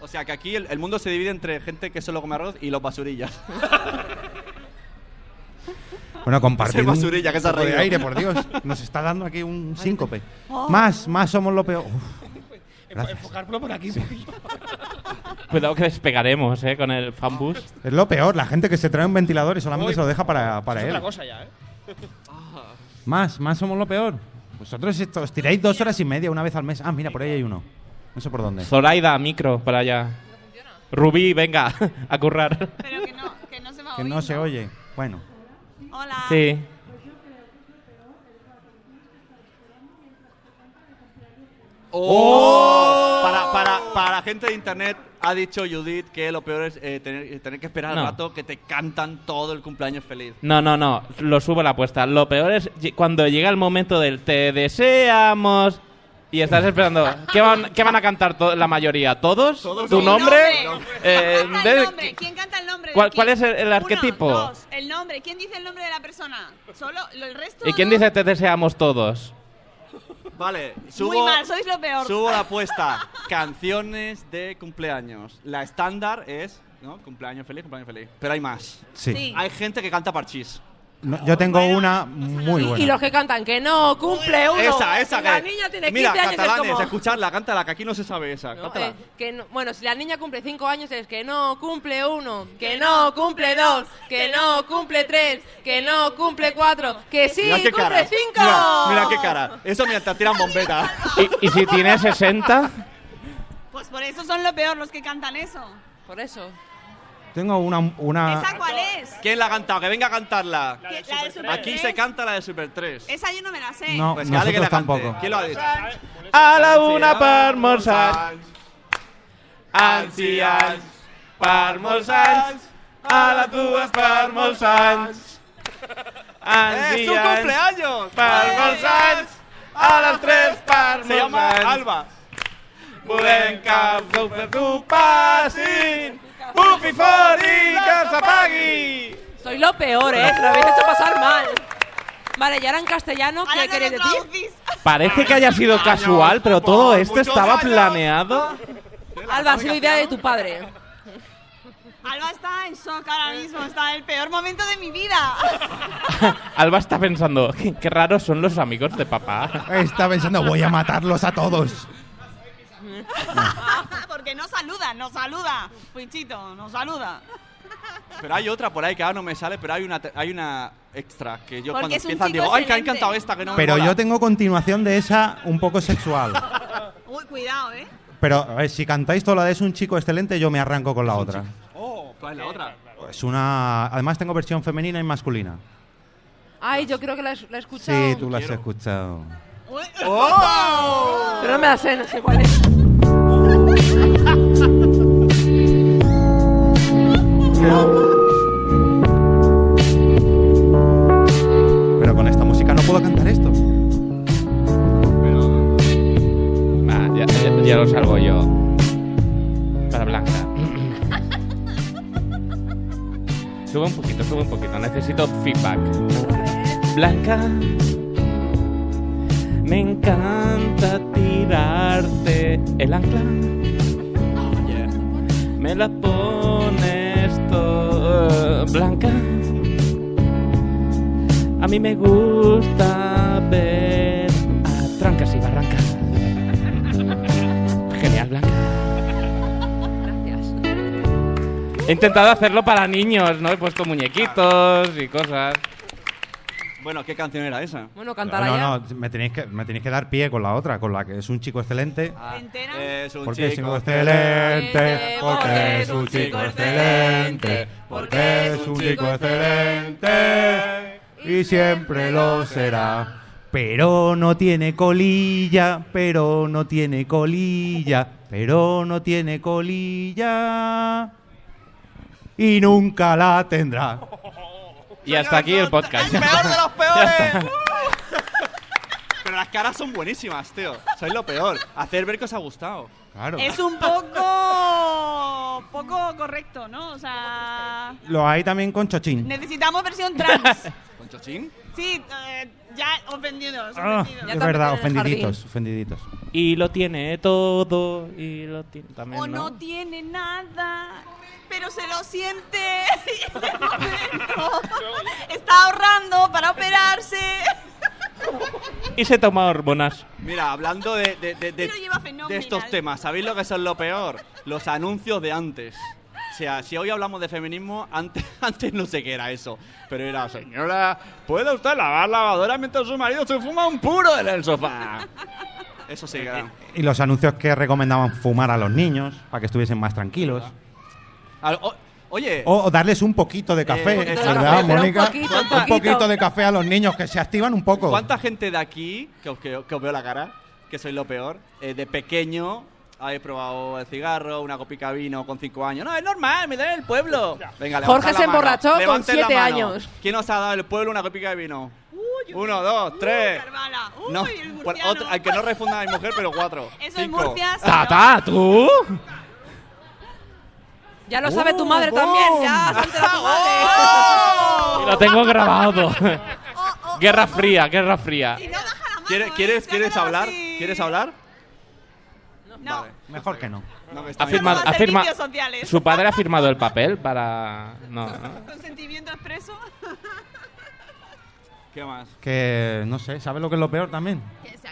O sea que aquí el, el mundo se divide entre gente que solo come arroz y los basurillas.
Bueno, compartir
Ese basurilla que se ha
poco de
reído.
aire, por Dios. Nos está dando aquí un síncope. Más, más somos lo peor. Uf.
¿no?
Gracias.
Enfocármelo por aquí.
Cuidado que despegaremos, eh, con el fanbus.
Es lo peor, la gente que se trae un ventilador y solamente
Uy.
se lo deja para, para
Eso es
él.
otra
cosa ya, ¿eh?
Más, más somos lo peor. Vosotros esto, os tiráis dos horas y media una vez al mes. Ah, mira, por ahí hay uno. No sé por dónde.
Zoraida, micro, para allá. Rubí, venga, a currar.
Que no se oye. Bueno.
Hola.
Sí.
¡Oh! Para, para, para gente de internet ha dicho Judith que lo peor es eh, tener, tener que esperar
No.
al rato que te cantan todo el cumpleaños feliz.
No, no, no, lo subo la apuesta. Lo peor es lle- cuando llega el momento del te deseamos y estás esperando. ¿Qué van, qué van a cantar to- la mayoría? ¿Todos?
Todos.
¿Tu
Sí,
nombre?
nombre.
Eh,
¿Quién canta
de-
el nombre? ¿Quién canta el nombre?
¿Cuál,
¿De
cuál
quién?
es el, el arquetipo?
Uno, dos, el nombre. ¿Quién dice el nombre de la persona? Solo lo- el resto.
¿Y quién dice te deseamos todos?
Vale, subo,
Muy mal, sois lo peor.
Subo la apuesta. Canciones de cumpleaños. La estándar es, ¿no? Cumpleaños feliz, cumpleaños feliz. Pero hay más.
Sí. Sí.
Hay gente que canta parchís.
No, yo tengo una muy
Y, y
buena.
los que cantan que no cumple uno.
Esa, esa
Si La
que-
niña tiene 15
Mira,
años. es
catalanes,
como-
escuchadla, cántala, que aquí no se sabe esa. cántala.
Eh, que no- bueno, si la niña cumple 5 años es que no cumple 1, que no cumple 2, que no cumple 3, que no cumple 4, que sí
mira qué cara.
cumple 5.
Mira, mira qué cara. Eso mientras te tiran bombeta.
¿Y, y si tiene 60?
Pues por eso son lo peor los que cantan eso. Por eso.
Tengo una,
Ah.
una
¿Esa cuál es?
¿Quién la ha cantado? Que venga a cantarla.
La de La de Super Super
Aquí
tres.
se canta la de Super 3.
Esa yo no me la sé.
No,
Pues que alguien
nosotros
la cante.
tampoco.
¿Quién lo ha dicho?
A la una per morsar. Ansians, per molts anys, a les dues per molts anys. Ansians,
¡Es tu cumpleaños!
per molts anys, a les tres per
Se
molts
llama
anys.
Alba.
Volem que els dos per tu passin, bufi fort i que s'apagui.
Soy lo peor, ¿eh? Lo habéis hecho pasar mal. Vale, y ahora en castellano, ¿qué queréis decir?
Parece que haya sido casual, pero todo esto estaba planeado.
Alba, ha sido idea de tu padre.
Alba está en shock ahora mismo, está en el peor momento de mi vida.
Alba está pensando, qué, qué raros son los amigos de papá.
Está pensando, voy a matarlos a todos.
Porque no saluda, no saluda. Puichito, no saluda.
Pero hay otra por ahí que ahora no me sale, pero hay una, te- hay una extra que yo
Porque
cuando
es un
empiezan
chico
digo, ¡ay, que han
excelente".
cantado esta que no me
Pero
mola".
yo tengo continuación de esa un poco sexual.
Uy, cuidado, ¿eh?
Pero a ver, si cantáis toda la de es un chico excelente, yo me arranco con la otra.
Oh, ¿Cuál es la otra?
Es una. Además, tengo versión femenina y masculina.
Ay, yo creo que la, he- la he escuchado.
Sí, tú la has escuchado.
¡Oh! Pero no me la sé, no sé cuál es.
Pero con esta música no puedo cantar esto.
Va, Ah, ya, ya- ya lo salvo yo. Para Blanca. Sube un poquito, sube un poquito. Necesito feedback. Blanca, me encanta tirarte el ancla. Me la pones todo blanca. A mí me gusta ver a trancas y barrancas. Genial, Blanca. Gracias. He intentado hacerlo para niños, ¿no? He puesto muñequitos y cosas.
Bueno, ¿qué canción era esa?
Bueno,
No, no, me tenéis, que, me tenéis que dar pie con la otra, con la que es un chico excelente.
Ah, Es un
Porque es Ah, un chico
chico
excelente, porque es un chico excelente, porque es un chico excelente y siempre lo será. Pero no tiene colilla, pero no tiene colilla, pero no tiene colilla y nunca la tendrá.
Y hasta aquí el
¡Peor
podcast.
de los peores! Pero las caras son buenísimas, tío. Sois lo peor. Hacer ver que os ha gustado.
Claro.
Es un poco. poco correcto, ¿no? O sea.
Lo hay también con Chochín.
Necesitamos versión trans.
¿Con Chochín?
Sí, eh, ya ofendidos.
Ah,
ofendidos.
es verdad, ofendiditos, ofendiditos.
Y lo tiene todo, y lo tiene también,
O no
¿no?
tiene nada, pero se lo siente. Y de momento Está ahorrando para operarse.
Y se toma hormonas.
Mira, hablando de, de- de- de-
Pero lleva fenomenal.
de estos temas, ¿sabéis lo que son lo peor? Los anuncios de antes. O sea, si hoy hablamos de feminismo, antes, antes no sé qué era eso. Pero era, señora, Ah, ¿puede usted lavar lavadora mientras su marido se fuma un puro en el sofá? Eso sí que era.
Y los anuncios que recomendaban fumar a los niños para que estuviesen más tranquilos.
Al- o- oye,
O, o darles un poquito de café,
Eh,
¿verdad,
café, pero un
Mónica?
poquito, un
un
poquito.
poquito de café a los niños que se activan un poco.
¿Cuánta gente de aquí, que os, que- que os veo la cara, que soy lo peor, eh, de pequeño habéis probado el cigarro, una copica de vino con 5 años? No, es normal, me da en el pueblo. Venga, levantad
Jorge
la
se
mano,
emborrachó con
levantad la
siete
mano.
años.
¿Quién os ha dado en el pueblo una copica de vino? Uno, dos, tres.
Uh,
no, pues otro- al que no responda a mi mujer, pero cuatro.
Eso en
cinco.
Murcia se
¡Tata, tú!
Ya lo sabe tu madre también, ya salte la tu madre.
Oh.
Y lo tengo grabado. guerra fría, guerra fría.
¿Quieres, quieres, quieres hablar? ¿Quieres hablar?
No.
Mejor que no.
No, que está
Ha
bien.
firmado, ha
servicios
firma-
sociales.
Su padre ha firmado el papel para. No, no.
¿Consentimiento expreso?
¿Qué más?
Que no sé, ¿sabes lo que es lo peor también?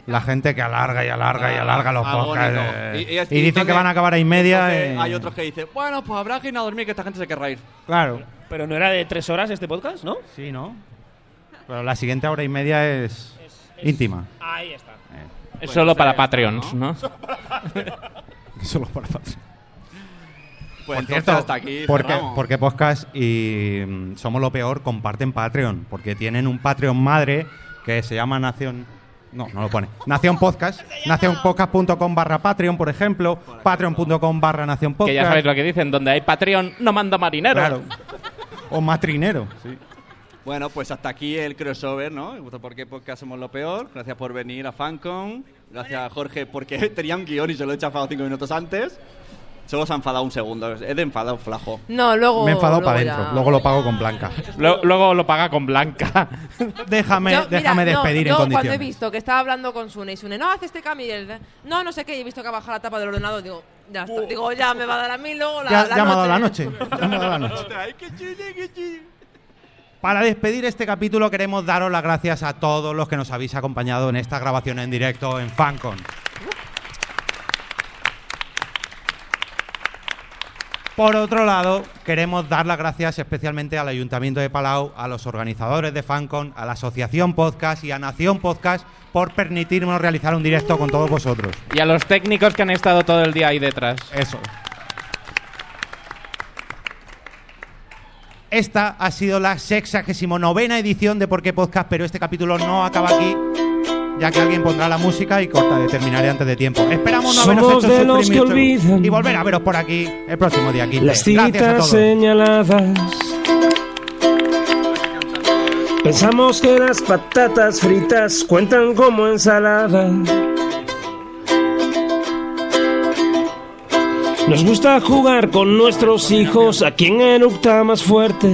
La gente que alarga y alarga y alarga los podcasts. eh,
Ah, Y-
Y,
y
dicen
es-
que
entonces-
van a acabar a y media. eh,
entonces Hay otros que dicen, bueno, pues habrá que ir a dormir que esta gente se querrá ir.
Claro.
Pero no era de tres horas este podcast, ¿no?
Sí, ¿no? Pero la siguiente hora y media es, íntima.
Ahí está.
Es solo para Patreons, ¿no?
Solo para Patreons.
Pues
Por
entonces
cierto,
hasta aquí
porque,
cerramos.
porque Podcast y mm, Somos lo Peor comparten Patreon, porque tienen un Patreon madre que se llama Nación... No, no lo pone. Nación Podcast. Nacionpodcast.com barra Patreon, por ejemplo. Patreon.com barra Nación Podcast.
Que ya sabéis lo que dicen, donde hay Patreon no manda marinero.
Claro. O matrinero.
Bueno, pues hasta aquí el crossover, ¿no? Porque podcast somos lo peor. Gracias por venir a FanCon. Gracias a Jorge porque tenía un guión y se lo he chafado cinco minutos antes. Solo se ha enfadado un segundo. Es de enfadado flajo.
No, luego.
Me he enfadado
luego
para
ya.
adentro. Luego lo pago con Blanca.
luego lo paga con Blanca.
déjame
Yo, mira,
déjame
no,
despedir
yo
en
cuando he
condiciones.
visto que estaba hablando con Sune y Sune, no, hace este cambio y él, no, no sé qué, y he visto que ha bajado la tapa del ordenador, digo, ya está. Digo, ya me va a dar a mí luego la,
Ya,
la
ya me ha dado
noche.
la noche. Ya me ha dado la noche. Para despedir este capítulo queremos daros las gracias a todos los que nos habéis acompañado en esta grabación en directo en FanCon. Por otro lado, queremos dar las gracias especialmente al Ayuntamiento de Palau, a los organizadores de FanCon, a la Asociación Podcast y a Nación Podcast por permitirnos realizar un directo con todos vosotros.
Y a los técnicos que han estado todo el día ahí detrás.
Eso. Esta ha sido la 69 edición de Por qué Podcast, pero este capítulo no acaba aquí, ya que alguien pondrá la música y corta de terminaré antes de tiempo. Esperamos no haberos
Somos
hecho
de los que
sufrir mucho y volver a veros por aquí el próximo día 15.
Las
Gracias a
citas
todos.
señaladas. Pensamos que las patatas fritas cuentan como ensalada. Nos gusta jugar con nuestros hijos a quien eructa más fuerte.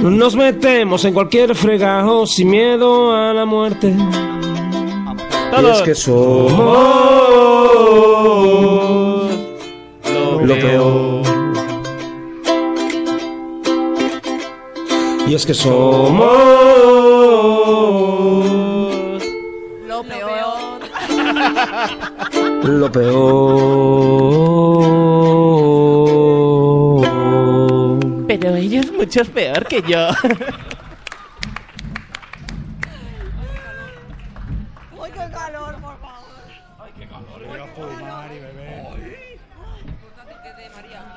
Nos metemos en cualquier fregajo sin miedo a la muerte. Y es que somos lo peor. Y es que somos
Lo peor.
lo peor.
Pero ellos muchos peor que yo.
¡Ay, qué calor, por favor!
Importante que de María.